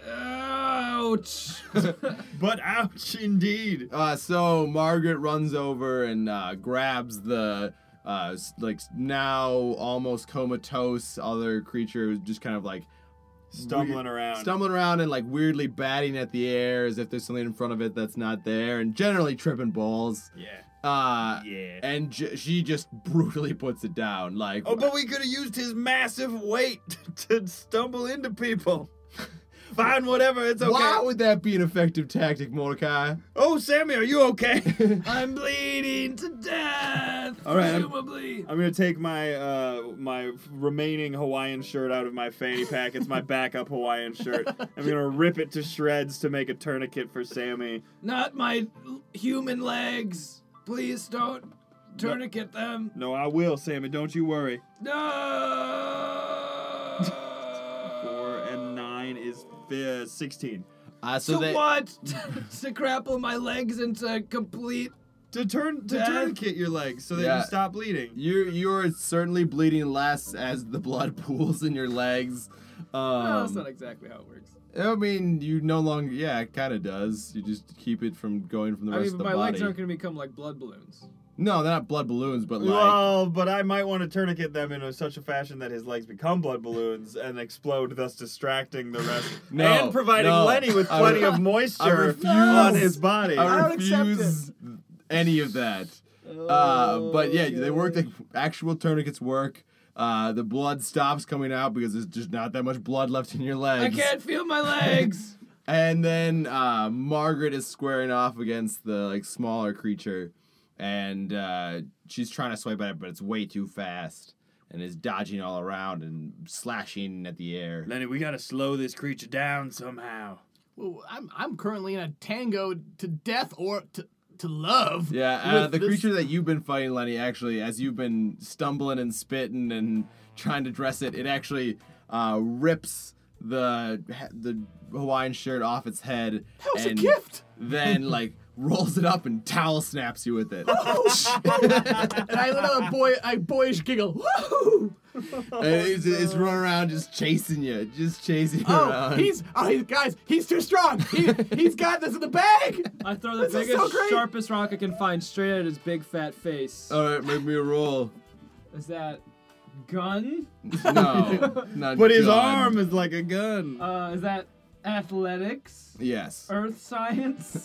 S4: ouch.
S8: But ouch, indeed.
S5: Uh, so Margaret runs over and uh, grabs the uh, s- like now almost comatose other creature, who's just kind of like
S2: Stumbling around.
S5: stumbling around and like weirdly batting at the air as if there's something in front of it that's not there, and generally tripping balls.
S2: yeah.
S5: Uh,
S2: Yeah.
S5: and j- she just brutally puts it down. Like
S8: Oh, but we could have used his massive weight to stumble into people. Fine, whatever, it's okay.
S5: why would that be an effective tactic, Mordecai?
S8: Oh, Sammy, are you okay?
S4: I'm bleeding to death.
S2: All right, I'm-
S4: presumably.
S2: I'm gonna take my uh, my remaining Hawaiian shirt out of my fanny pack. It's my backup Hawaiian shirt. I'm gonna rip it to shreds to make a tourniquet for Sammy.
S4: Not my l- human legs. Please don't tourniquet them.
S2: No, I will, Sammy. Don't you worry.
S4: No.
S2: Four and nine is uh, sixteen.
S5: Uh,
S4: So
S5: so they,
S4: what? to grapple my legs into complete.
S2: To turn to
S4: Death.
S2: tourniquet your legs so that
S5: Yeah.
S2: you stop bleeding.
S5: You you are certainly bleeding less as the blood pools in your legs.
S4: no, that's
S5: Um,
S4: not exactly how it works.
S5: I mean, you no longer. Yeah, it kind of does. You just keep it from going from the
S4: I
S5: rest
S4: mean,
S5: of
S4: but
S5: the
S4: my
S5: body.
S4: legs aren't going to become like blood balloons.
S5: No, they're not blood balloons, but like.
S2: Well, but I might want to tourniquet them in a- such a fashion that his legs become blood balloons and explode, thus distracting the rest.
S5: No,
S2: and providing
S5: no.
S2: Lenny with
S5: I
S2: plenty
S5: re-
S2: of moisture
S5: I refuse-
S2: on his body.
S5: I
S3: don't accept
S5: refuse any of that. Uh, but yeah, they work. The actual tourniquets work. Uh, the blood stops coming out because there's just not that much blood left in your
S4: I
S5: legs.
S4: can't feel my legs.
S5: And then uh, Margaret is squaring off against the like smaller creature, and uh, she's trying to swipe at it, but it's way too fast and is dodging all around and slashing at the air.
S2: Lenny, we gotta slow this creature down somehow.
S3: Well, I'm I'm currently in a tango to death or to to love.
S5: Yeah, uh,
S3: with
S5: the
S3: this-
S5: creature that you've been fighting, Lenny, actually, as you've been stumbling and spitting and trying to dress it, it actually uh, rips the the Hawaiian shirt off its head.
S3: That was a
S5: and
S3: gift!
S5: Then like rolls it up and towel snaps you with it.
S3: Oh, and I let out a boy I boyish giggle. Woohoo!
S5: And it's, it's running around just chasing you, just chasing you
S3: Oh,
S5: around.
S3: he's oh he's guys, he's too strong. He he's got this in the bag.
S4: I throw the
S3: This is
S4: biggest,
S3: so great.
S4: sharpest rock I can find straight at his big fat face.
S5: All right, make me a roll.
S4: Is that gun?
S5: No, not
S2: But his
S5: done.
S2: arm is like a gun.
S4: Uh, is that athletics?
S5: Yes,
S4: Earth science?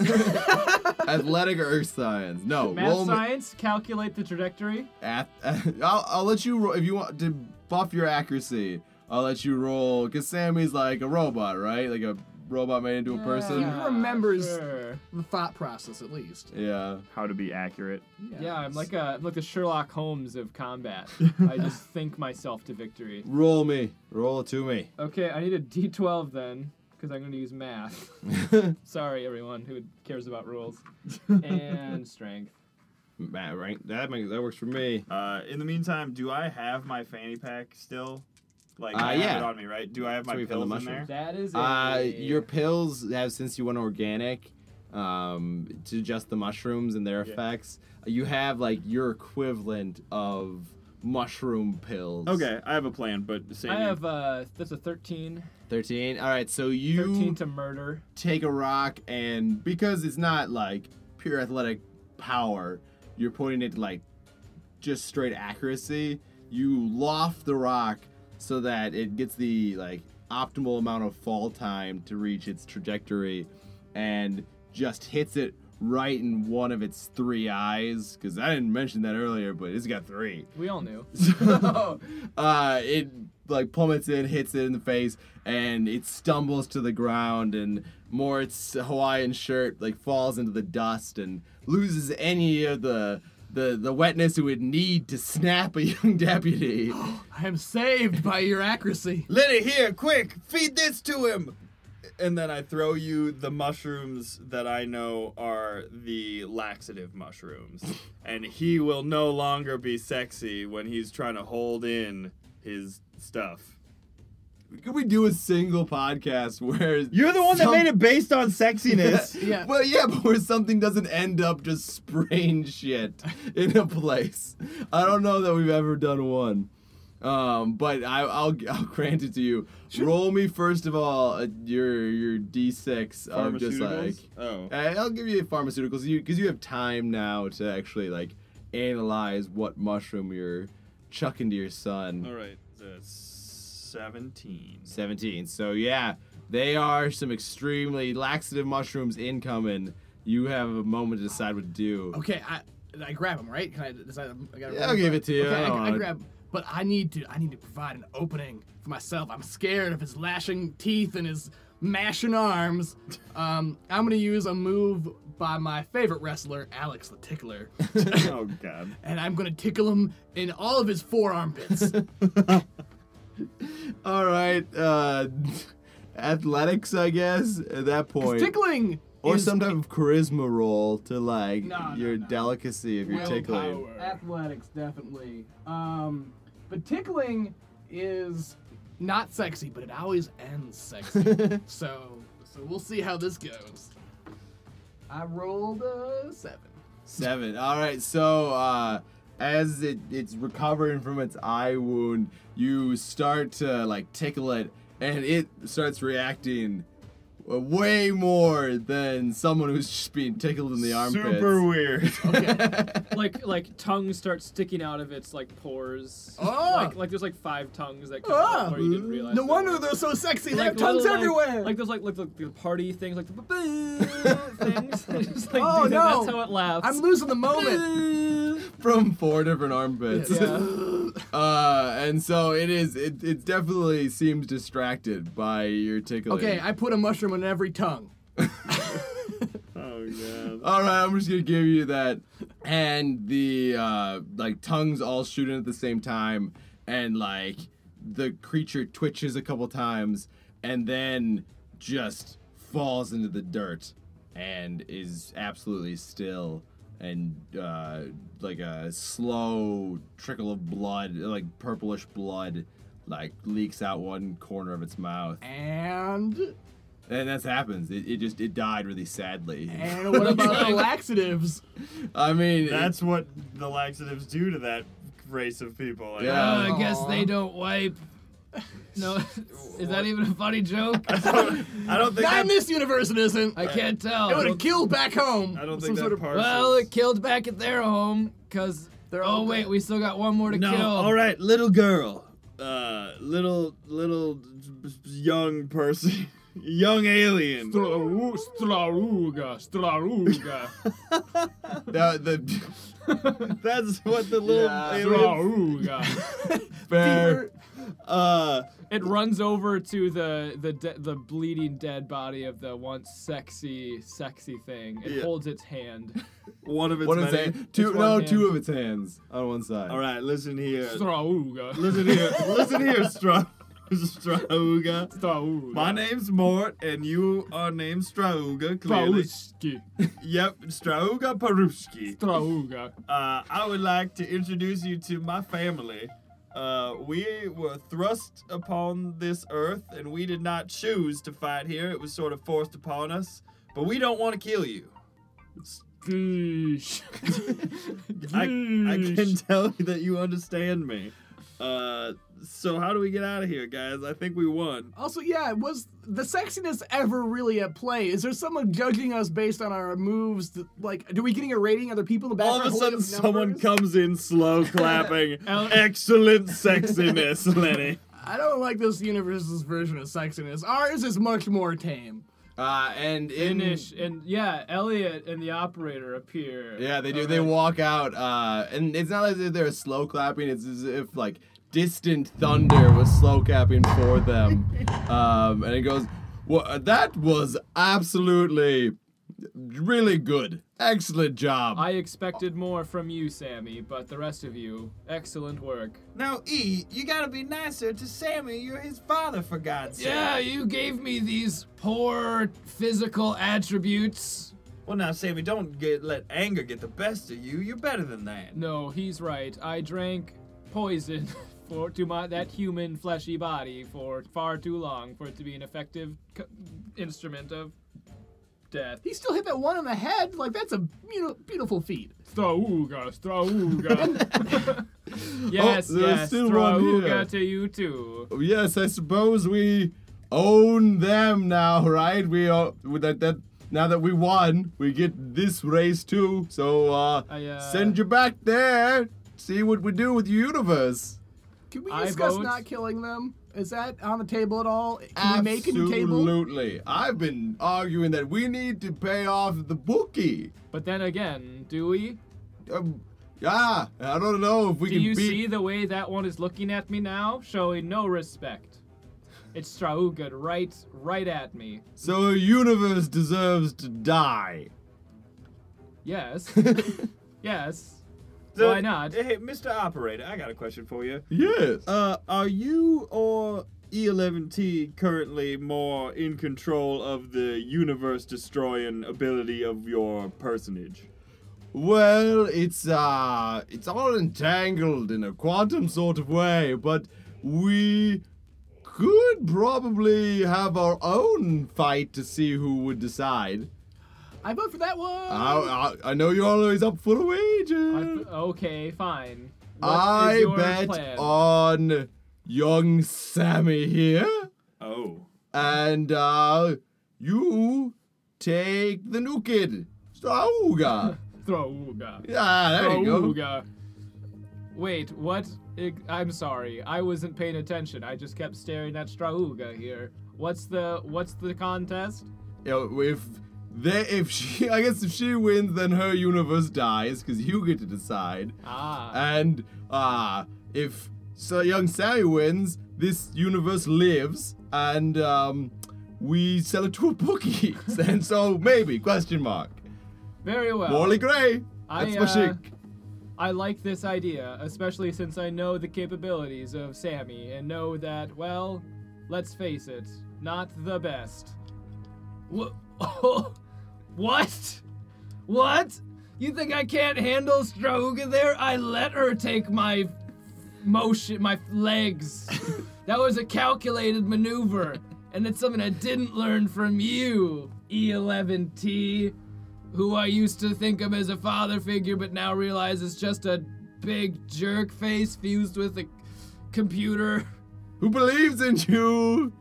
S5: athletic or earth science? No,
S4: Math
S5: roll me-
S4: science? Calculate the trajectory?
S5: Ath- I'll, I'll let you roll if you want to buff your accuracy. I'll let you roll because Sammy's like a robot, right? Like a robot made into a person.
S4: Yeah,
S3: remembers-
S4: sure.
S3: The thought process, at least.
S5: Yeah.
S2: How to be accurate.
S4: Yeah, I'm like a I'm like the Sherlock Holmes of combat. I just think myself to victory.
S5: Roll me. Roll it to me.
S4: Okay, I need a D12 then, because I'm going to use math. Sorry, everyone who cares about rules. And strength.
S5: Matt, right? That makes that works for me.
S2: Uh, in the meantime, do I have my fanny pack still? Like,
S5: Uh,
S2: I have it
S5: yeah.
S2: on me, right? Do I have my
S5: So we found the
S2: pills in
S5: mushroom.
S2: there?
S4: That is a
S5: Uh, your pills have since you went organic, um, to just the mushrooms and their effects. You have like your equivalent of mushroom pills.
S2: Okay, I have a plan, but save
S4: I
S2: me.
S4: have uh that's a 13.
S5: Thirteen. All right. So you
S4: 13 to murder.
S5: take a rock and because it's not like pure athletic power, you're pointing it to like just straight accuracy. You loft the rock so that it gets the like optimal amount of fall time to reach its trajectory and just hits it right in one of its three eyes because i didn't mention that earlier but it's got three
S4: We all knew.
S5: so uh, it like plummets in, hits it in the face, and it stumbles to the ground. And Mort's Hawaiian shirt like falls into the dust and loses any of the the the wetness it would need to snap a young deputy.
S3: I am saved by your accuracy.
S2: Lenny, here, quick, feed this to him. And then I throw you the mushrooms that I know are the laxative mushrooms. and he will no longer be sexy when he's trying to hold in his stuff.
S5: Could we do a single podcast where
S2: You're the one that
S5: some-
S2: made it based on sexiness.
S3: Yeah.
S5: Well, yeah, but where something doesn't end up just spraying shit in a place. I don't know that we've ever done one. Um, but I, I'll I'll grant it to you. Roll me first of all uh, your your d6 of just like uh,
S2: Pharmaceuticals? oh.
S5: I- I'll give you pharmaceuticals you because you have time now to actually like analyze what mushroom you're chucking to your son.
S2: All right. The 17.
S5: 17. So yeah, they are some extremely laxative mushrooms incoming. You have a moment to decide what to do.
S3: Okay, I I grab him right. Can I? Does I, I gotta
S5: Yeah, I'll give it to you.
S3: Okay,
S5: Oh, I
S3: I,
S5: don't
S3: I,
S5: wanna-
S3: grab. But I need to. I need to provide an opening for myself. I'm scared of his lashing teeth and his mashing arms. Um, I'm gonna use a move by my favorite wrestler, Alex the Tickler,
S2: oh, God.
S3: and I'm gonna tickle him in all of his forearm bits.
S5: All right, uh, athletics, I guess. At that point,
S3: Tickling.
S5: or
S3: is
S5: some type of charisma roll to like
S4: No, no,
S5: your
S4: no.
S5: delicacy if you're tickling.
S3: willpower.
S4: Athletics definitely. Um but tickling is
S3: Not sexy, but it always ends sexy. so, so we'll see how this goes. I rolled a seven.
S5: Seven. All right. So uh, as it, it's recovering from its eye wound, you start to like tickle it, and it starts reacting uh, way more than someone who's just being tickled in the armpits.
S2: Super weird.
S4: like like tongues start sticking out of its like pores.
S3: Oh!
S4: Like like there's like five tongues that come out
S3: Oh!
S4: where you didn't realize.
S3: No
S4: they
S3: wonder
S4: were.
S3: they're so sexy. They
S4: Like
S3: have tongues
S4: little, like-
S3: everywhere.
S4: Like those like like the, the party things like the things. Just, like,
S3: Oh,
S4: do that. That's
S3: no.
S4: how it laughs.
S3: I'm losing the moment.
S5: from four different armpits.
S4: Yeah.
S5: uh, and so it is. It, it definitely seems distracted by your tickling.
S3: Okay, I put a mushroom on every tongue.
S2: oh, God.
S5: All right, I'm just gonna give you that and the uh, like tongues all shoot in at the same time, and like the creature twitches a couple times, and then just falls into the dirt, and is absolutely still, and uh, like a slow trickle of blood, like purplish blood, like leaks out one corner of its mouth,
S3: And
S5: and that's happens. It, it just it died really sadly.
S3: and what about the laxatives?
S5: I mean,
S2: That's what the laxatives do to that race of people. Like,
S5: Yeah.
S4: Uh, I guess
S3: Aw.
S4: they don't wipe. No, is that even a funny joke?
S2: I don't think
S3: Not in
S2: that,
S3: this universe, it isn't.
S4: I can't tell.
S3: It would have killed back home.
S2: I don't
S3: Some
S2: think
S3: sort
S2: that
S3: of-
S2: parcels.
S4: well, it killed back at their home because they're. Oh
S3: all
S4: wait,
S3: dead.
S4: we still got one more to
S2: no.
S4: kill.
S2: All right, little girl, uh, little little young person, young alien.
S4: Straruga, Straruga,
S5: the, the
S2: That's what the little
S5: Yeah.
S2: alien.
S4: Straruga.
S5: fair.
S2: Uh,
S4: It runs over to the the de- the bleeding dead body of the once sexy sexy thing. It
S2: Yeah.
S4: holds its hand.
S2: one of its
S5: One of its
S2: many.
S5: hand, two,
S4: It's
S5: no,
S4: one
S5: two of its hands on one side.
S2: All right, listen here.
S4: Strauga.
S2: Listen here. listen here, Stra- Strauga.
S4: Strauga.
S2: My name's Mort, and you are named Strauga, clearly.
S4: Pauski.
S2: Yep, Strauga Paruski.
S4: Strauga.
S2: Uh, I would like to introduce you to my family. Uh, we were thrust upon this earth, and we did not choose to fight here. It was sort of forced upon us, but we don't want to kill you.
S4: Geesh.
S2: I, I can tell that you understand me. Uh, so how do we get out of here, guys? I think we won.
S3: Also, yeah, was the sexiness ever really at play? Is there someone judging us based on our moves? That, like, do we getting a rating? Other people in the
S2: All
S3: background?
S2: of a
S3: holding
S2: sudden,
S3: up
S2: someone
S3: numbers?
S2: comes in slow clapping.
S4: Al-
S2: Excellent sexiness, Lenny.
S3: I don't like this universe's version of sexiness. Ours is much more tame.
S5: Uh, and in
S4: Finish and yeah, Elliot and the operator appear.
S5: yeah, they do.
S4: All
S5: They
S4: right.
S5: walk out, uh, and it's not as if they're slow clapping. It's as if like distant thunder was slow clapping for them. um, and it goes,
S2: uh,
S5: well, that was absolutely, really good, excellent job.
S4: I expected more from you, Sammy, but the rest of you, excellent work.
S9: Now, E, you gotta be nicer to Sammy. You're his father, for God's sake.
S4: Yeah, you gave me these poor physical attributes.
S9: Well, now, Sammy, don't get let anger get the best of you. You're better than that.
S4: No, he's right. I drank poison for to my that human fleshy body for far too long for it to be an effective c- instrument of death.
S3: He still hit that one on the head. Like, that's a you know, beautiful feat.
S4: Strauga, Strauga. yes,
S5: there's
S4: yes,
S5: still one here.
S4: Strauga to you too.
S5: yes, I suppose we own them now, right? We are with that that. Now that we won, we get this race too. So uh,
S4: I, uh,
S5: send you back there. See what we do with the universe.
S3: Can we
S4: I
S3: discuss
S4: vote-
S3: not killing them? Is that on the table at all? Can we make it a table?
S5: Absolutely. I've been arguing that we need to pay off the bookie.
S4: But then again, do we?
S5: Um, yeah, I don't know if we
S4: Do
S5: can
S4: you
S5: beat.
S4: see the way that one is looking at me now, showing no respect? It's Strauga right, right at me.
S5: so a universe deserves to die.
S4: Yes, yes.
S2: So-
S4: Why not?
S2: Hey, Mr. Operator, I got a question for you.
S5: Yes.
S2: Uh, are you or E11T currently more in control of the universe destroying ability of your personage?
S5: Well, it's uh it's all entangled in a quantum sort of way, but we could probably have our own fight to see who would decide.
S3: I vote for that one.
S5: I, I, I know you're always up for the
S4: I
S5: wages.
S4: th- okay, fine. What is
S5: I
S4: your
S5: bet
S4: plan?
S5: on young Sammy here,
S2: Oh.
S5: and uh, you take the new kid, Strauga.
S4: Thrauga.
S5: yeah, there you go.
S4: Thrauga. Wait, what? ig- I'm sorry. I wasn't paying attention. I just kept staring at Strauga here. What's the what's the contest?
S5: you know, if they, if she, I guess if she wins, then her universe dies because you get to decide.
S4: Ah.
S5: And uh, if Sir Young Sammy wins, this universe lives, and um, we sell it to a bookie. and so maybe question mark.
S4: Very well.
S5: Morley Gray.
S4: I,
S5: That's my
S4: uh,
S5: shake.
S4: I like this idea, especially since I know the capabilities of Sammy and know that, well, let's face it, not the best. Wha- what? What? You think I can't handle Strahuga there? I let her take my motion, my legs. that was a calculated maneuver, and it's something I didn't learn from you, E11T, who I used to think of as a father figure, but now realize is just a big jerk face fused with a computer.
S5: Who believes in you?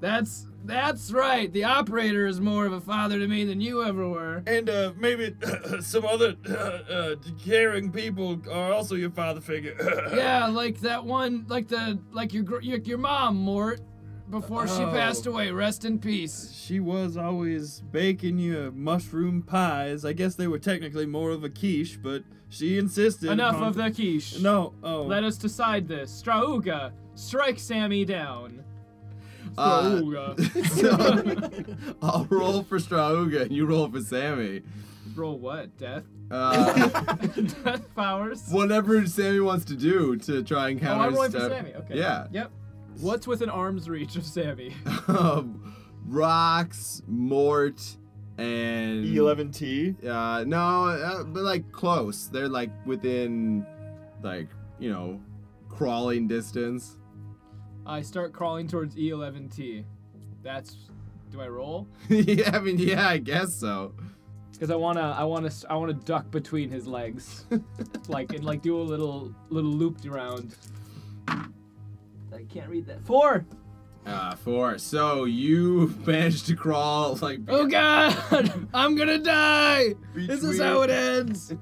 S4: That's that's right. The operator is more of a father to me than you ever were.
S2: And uh, maybe some other uh, uh, caring people are also your father figure.
S4: Yeah, like that one, like the like your gr- your, your mom, Mort, before she
S2: Oh.
S4: passed away. Rest in peace.
S2: She was always baking you mushroom pies. I guess they were technically more of a quiche, but she insisted.
S4: Enough
S2: on-
S4: of the quiche.
S2: No. Oh.
S4: Let us decide this. Strauga, strike Sammy down.
S5: Uh,
S4: Strauga.
S5: so, I'll roll for Strauga and you roll for Sammy.
S4: Roll what? Death?
S5: Uh,
S4: Death powers?
S5: whatever Sammy wants to do to try and
S4: Oh, I'm
S5: counter.
S4: rolling for
S5: Stra-
S4: Sammy. Okay.
S5: Yeah.
S4: Yep. What's within arm's reach of Sammy?
S5: Um, rocks, Mort, and
S2: E E11T.
S5: Uh, no, uh, but like close. They're like within, like you know, crawling distance.
S4: I start crawling towards E11T. That's. Do I roll?
S5: yeah, I mean, yeah, I guess so.
S4: Because I wanna, I wanna, I wanna duck between his legs, like and like do a little, little looped around. I can't read that. Four.
S5: Uh, four. So you managed to crawl like
S4: Oh God! I'm gonna die. This is how it ends.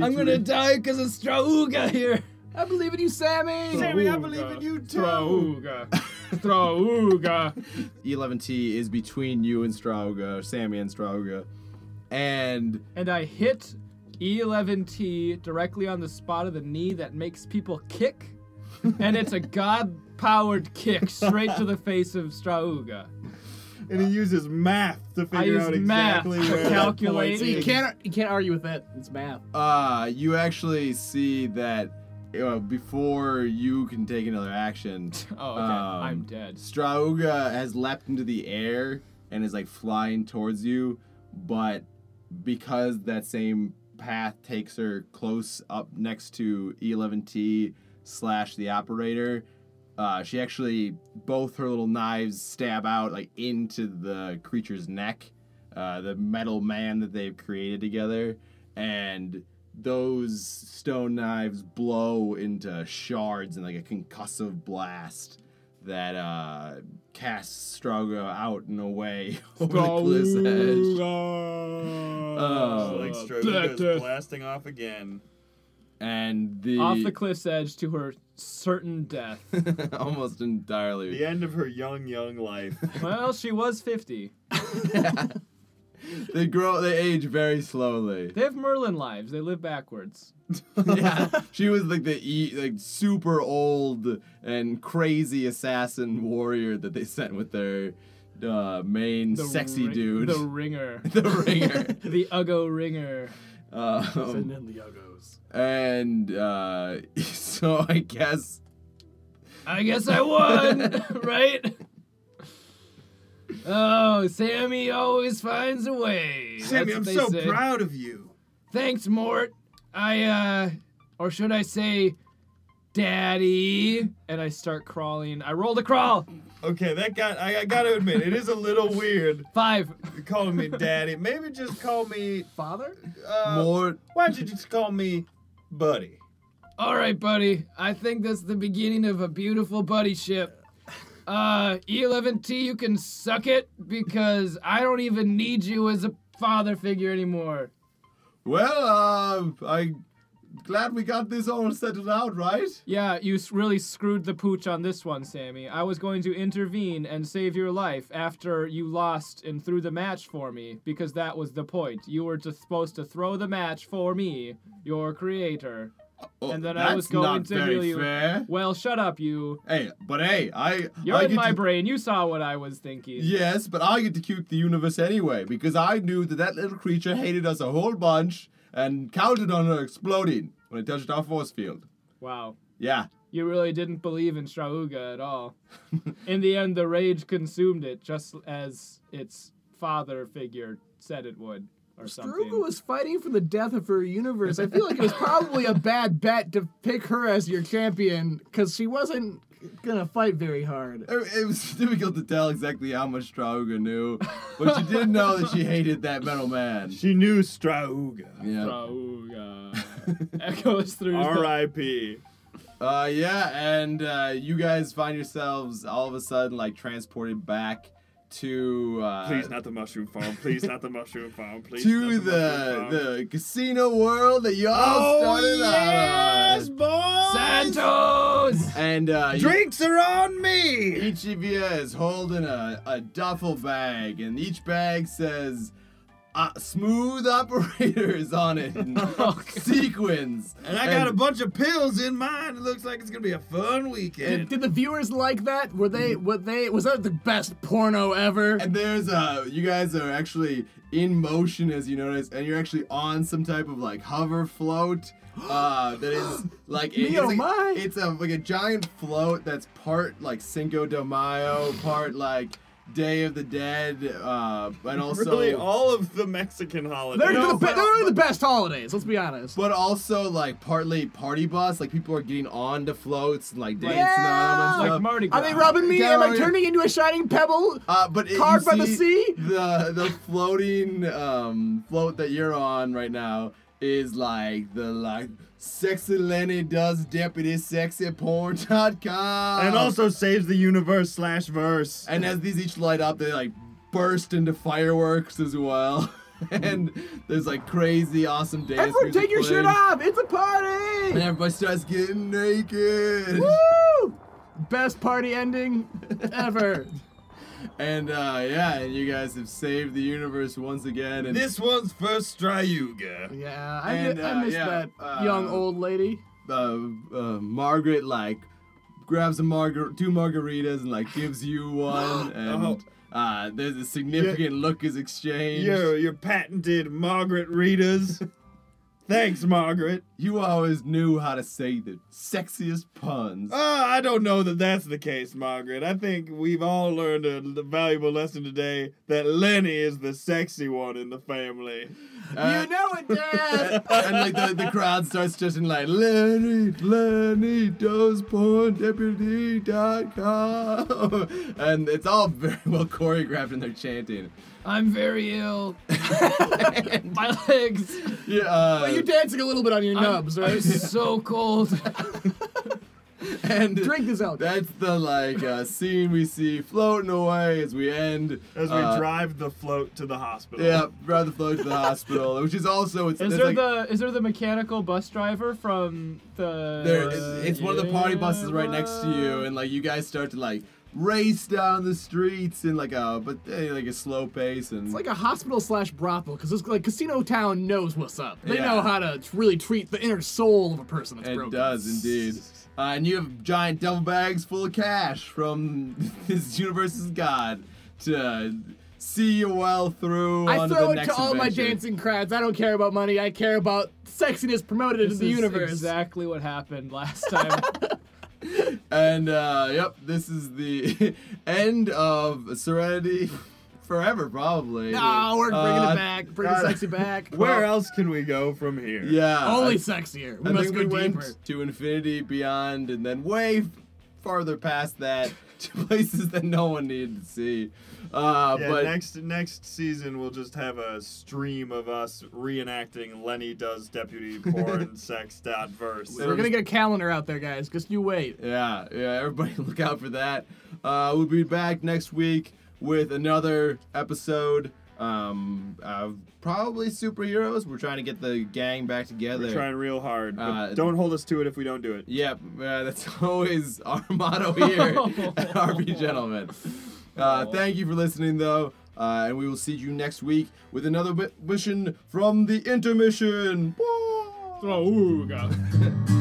S4: I'm gonna die because of Strauga here. I believe in you, Sammy.
S2: Sammy, I believe in you too.
S4: Strauga. Strauga.
S5: E11T is between you and Strauga, Sammy and Strauga, and
S4: and I hit E11T directly on the spot of the knee that makes people kick, and it's a god-powered kick straight to the face of Strauga.
S2: And he
S5: uh,
S2: uses math to
S4: I
S2: figure out
S4: use math
S2: exactly where
S4: to
S2: that
S4: calculate.
S2: point
S3: You
S2: is.
S3: can't you can't argue with that. It's math.
S5: uh, you actually see that uh, before you can take another action,
S4: Oh, okay.
S5: Um,
S4: I'm dead.
S5: Strauga has leapt into the air and is like flying towards you, but because that same path takes her close up next to E11T slash the operator, uh, she actually both her little knives stab out like into the creature's neck, uh, the metal man that they've created together, and those stone knives blow into shards in like a concussive blast that uh, casts Strago out and away over the cliff's edge.
S2: Uh,
S5: Oh,
S2: like Stroke
S4: death,
S2: goes
S4: death.
S2: blasting off again.
S5: and the,
S4: Off the cliff's edge to her certain death.
S5: almost entirely
S2: The end of her young, young life.
S4: well, she was 50.
S5: they grow they age very slowly.
S4: They have Merlin lives. They live backwards.
S5: yeah, she was like the e- like super old and crazy assassin warrior that they sent with their uh, main
S4: The
S5: sexy
S4: ri-
S5: dude,
S4: The
S5: the,
S4: ringer.
S5: ringer.
S4: the Uggo ringer.
S5: Um,
S3: Send in the Yogos.
S5: and uh, so I guess
S4: I guess I won, right? Oh, Sammy always finds a way.
S10: Sammy,
S4: That's
S10: I'm
S4: what they
S10: so
S4: say.
S10: proud of you.
S4: Thanks, Mort. I, uh, or should I say, Daddy? And I start crawling. I roll the crawl.
S2: Okay, that got I, I gotta admit, it is a little weird
S4: Five.
S2: calling me daddy. Maybe just call me
S3: Father?
S2: uh,
S5: more.
S2: why don't you just call me buddy?
S4: All right, buddy. I think that's the beginning of a beautiful buddy ship. Uh, E11T, you can suck it because I don't even need you as a father figure anymore.
S5: Well, uh, I glad we got this all settled out, right?
S4: Yeah, you s- really screwed the pooch on this one, Sammy. I was going to intervene and save your life after you lost and threw the match for me because that was the point. You were just supposed to throw the match for me, your creator.
S5: Oh,
S4: And then
S5: that's
S4: I was going
S5: not
S4: to
S5: very
S4: heal you.
S5: fair.
S4: Well, shut up, you.
S5: Hey, but hey, I
S4: You're
S5: I
S4: in
S5: get
S4: my
S5: to-
S4: brain. You saw what I was thinking.
S5: Yes, but I get to keep the universe anyway because I knew that that little creature hated us a whole bunch, and counted on her exploding when it touched our force field.
S4: Wow.
S5: Yeah.
S4: You really didn't believe in Strauga at all. in the end, the rage consumed it, just as its father figure said it would, or something.
S3: Struga was fighting for the death of her universe. I feel like it was probably a bad bet to pick her as your champion because she wasn't gonna fight very hard.
S5: It, it was difficult to tell exactly how much Strauga knew, but she did know that she hated that metal man.
S2: She knew Strauga.
S5: Yeah.
S4: Strauga echoes through. the-
S2: R.I.P.
S5: Uh, yeah, and uh, you guys find yourselves all of a sudden like transported back to uh,
S2: Please not the mushroom farm. Please not the mushroom farm. Please not the,
S5: to the
S2: mushroom farm. Oh,
S5: the casino world that y'all started
S2: yes,
S5: out
S2: boy.
S4: Santos.
S5: on. And uh, you-
S2: Drinks are on me.
S5: each of you is holding a, a duffel bag, and each bag says uh, "Smooth Operators" on it, in sequins,
S2: And I got a bunch of pills in mine. It looks like it's gonna be a fun weekend.
S3: Did the viewers like that? Were they? Were they? Was that the best porno ever?
S5: And there's uh you guys are actually in motion as you notice, and you're actually on some type of like hover float. Uh, that is like it-
S3: Me
S5: it's
S3: oh
S5: like,
S3: my.
S5: it's a like a giant float that's part like Cinco de Mayo, part like Day of the Dead, uh, and also
S2: really, all of the Mexican holidays.
S3: They're, the, be- they're the best holidays. Let's be honest.
S5: but also like partly party bus, like people are getting on the floats and like dancing on them and
S4: Like
S5: stuff.
S4: Mardi
S3: Are
S4: Gras.
S3: they robbing me? Am I
S5: Gallery.
S3: turning into a shining pebble?
S5: Uh, but it, you
S3: Carved by the
S5: see
S3: sea?
S5: The the floating um, float that you're on right now is like the like sexy Lenny does deputy sexy porn.com.
S2: and also saves the universe slash verse.
S5: and as these each light up, they like burst into fireworks as well. and there's like crazy awesome dance.
S3: Everyone,
S5: music
S3: take your shirt
S5: playing.
S3: off. It's a
S5: And
S3: party.
S5: everybody starts getting naked.
S3: Woo! Best party ending ever.
S5: And uh, yeah, and you guys have saved the universe once again. And
S2: This one's first Striuga.
S3: Yeah, I,
S5: And,
S3: mi- I
S5: uh,
S3: miss
S5: yeah,
S3: that
S5: uh,
S3: young old lady.
S5: uh, uh, Margaret like grabs a margar- two margaritas and like gives you
S3: Oh.
S5: one, and uh, there's a significant look is exchanged.
S2: Your your patented Margaret Rita's. Thanks, Margaret.
S5: You always knew how to say the sexiest puns.
S2: Oh, I don't know that that's the case, Margaret. I think we've all learned a l- valuable lesson today that Lenny is the sexy one in the family.
S5: Uh,
S3: you know it, Dad.
S5: and like the, the crowd starts just in like Lenny, Lenny does porn deputy.com. and it's all very well choreographed and they're chanting.
S4: I'm very ill. my legs.
S5: Yeah, uh,
S3: You're dancing a little bit on your nubs,
S4: I'm, I'm
S3: right?
S4: so cold.
S5: and
S3: Drink this out.
S5: That's the like uh, scene we see floating away as we end.
S2: As we
S5: uh,
S2: drive the float to the hospital.
S5: Yeah, rather float to the hospital, which is also it's,
S4: Is
S5: it's
S4: there
S5: like,
S4: the is there the mechanical bus driver from the?
S5: there- it's, it's one of the party buses right next to you, and like you guys start to like race down the streets in like a but eh, like a slow pace and
S3: It's like a hospital slash brothel because it's like Casino Town knows what's up. They
S5: Yeah.
S3: know how to t- really treat the inner soul of a person that's
S5: it
S3: broken.
S5: does indeed. Uh, and you have giant double bags full of cash from this universe's god to see you well through.
S3: I
S5: onto
S3: throw
S5: the
S3: it
S5: next
S3: to all my
S5: adventure.
S3: dancing crowds. I don't care about money. I care about sexiness promoted
S4: This
S3: into the
S4: is
S3: universe.
S4: Exactly what happened last time.
S5: And uh, yep, this is the end of Serenity Forever, probably.
S3: No, Ah, we're bringing
S5: Uh,
S3: it back. Bringing
S5: God.
S3: sexy back.
S2: Where else can we go from here?
S5: Yeah.
S3: Only
S5: I-
S3: sexier. We
S5: I,
S3: must
S5: think
S3: go
S5: we
S3: deeper.
S5: went to infinity beyond, and then way farther past that to places that no one needed to see. Uh,
S2: Yeah,
S5: but
S2: next next season we'll just have a stream of us reenacting Lenny does deputy porn sex dot verse.
S3: We're gonna get a calendar out there, guys. Just you wait.
S5: yeah, yeah, everybody look out for that. Uh, we'll be back next week with another episode. Um, of probably superheroes. We're trying to get the gang back together.
S2: We're trying real hard, but
S5: Uh,
S2: don't hold us to it if we don't do it.
S5: Yep, uh, that's always our motto here at RB Gentlemen. Uh, thank you for listening, though, uh, and we will see you next week with another bi- mission from the intermission. Bye.
S4: Strauga.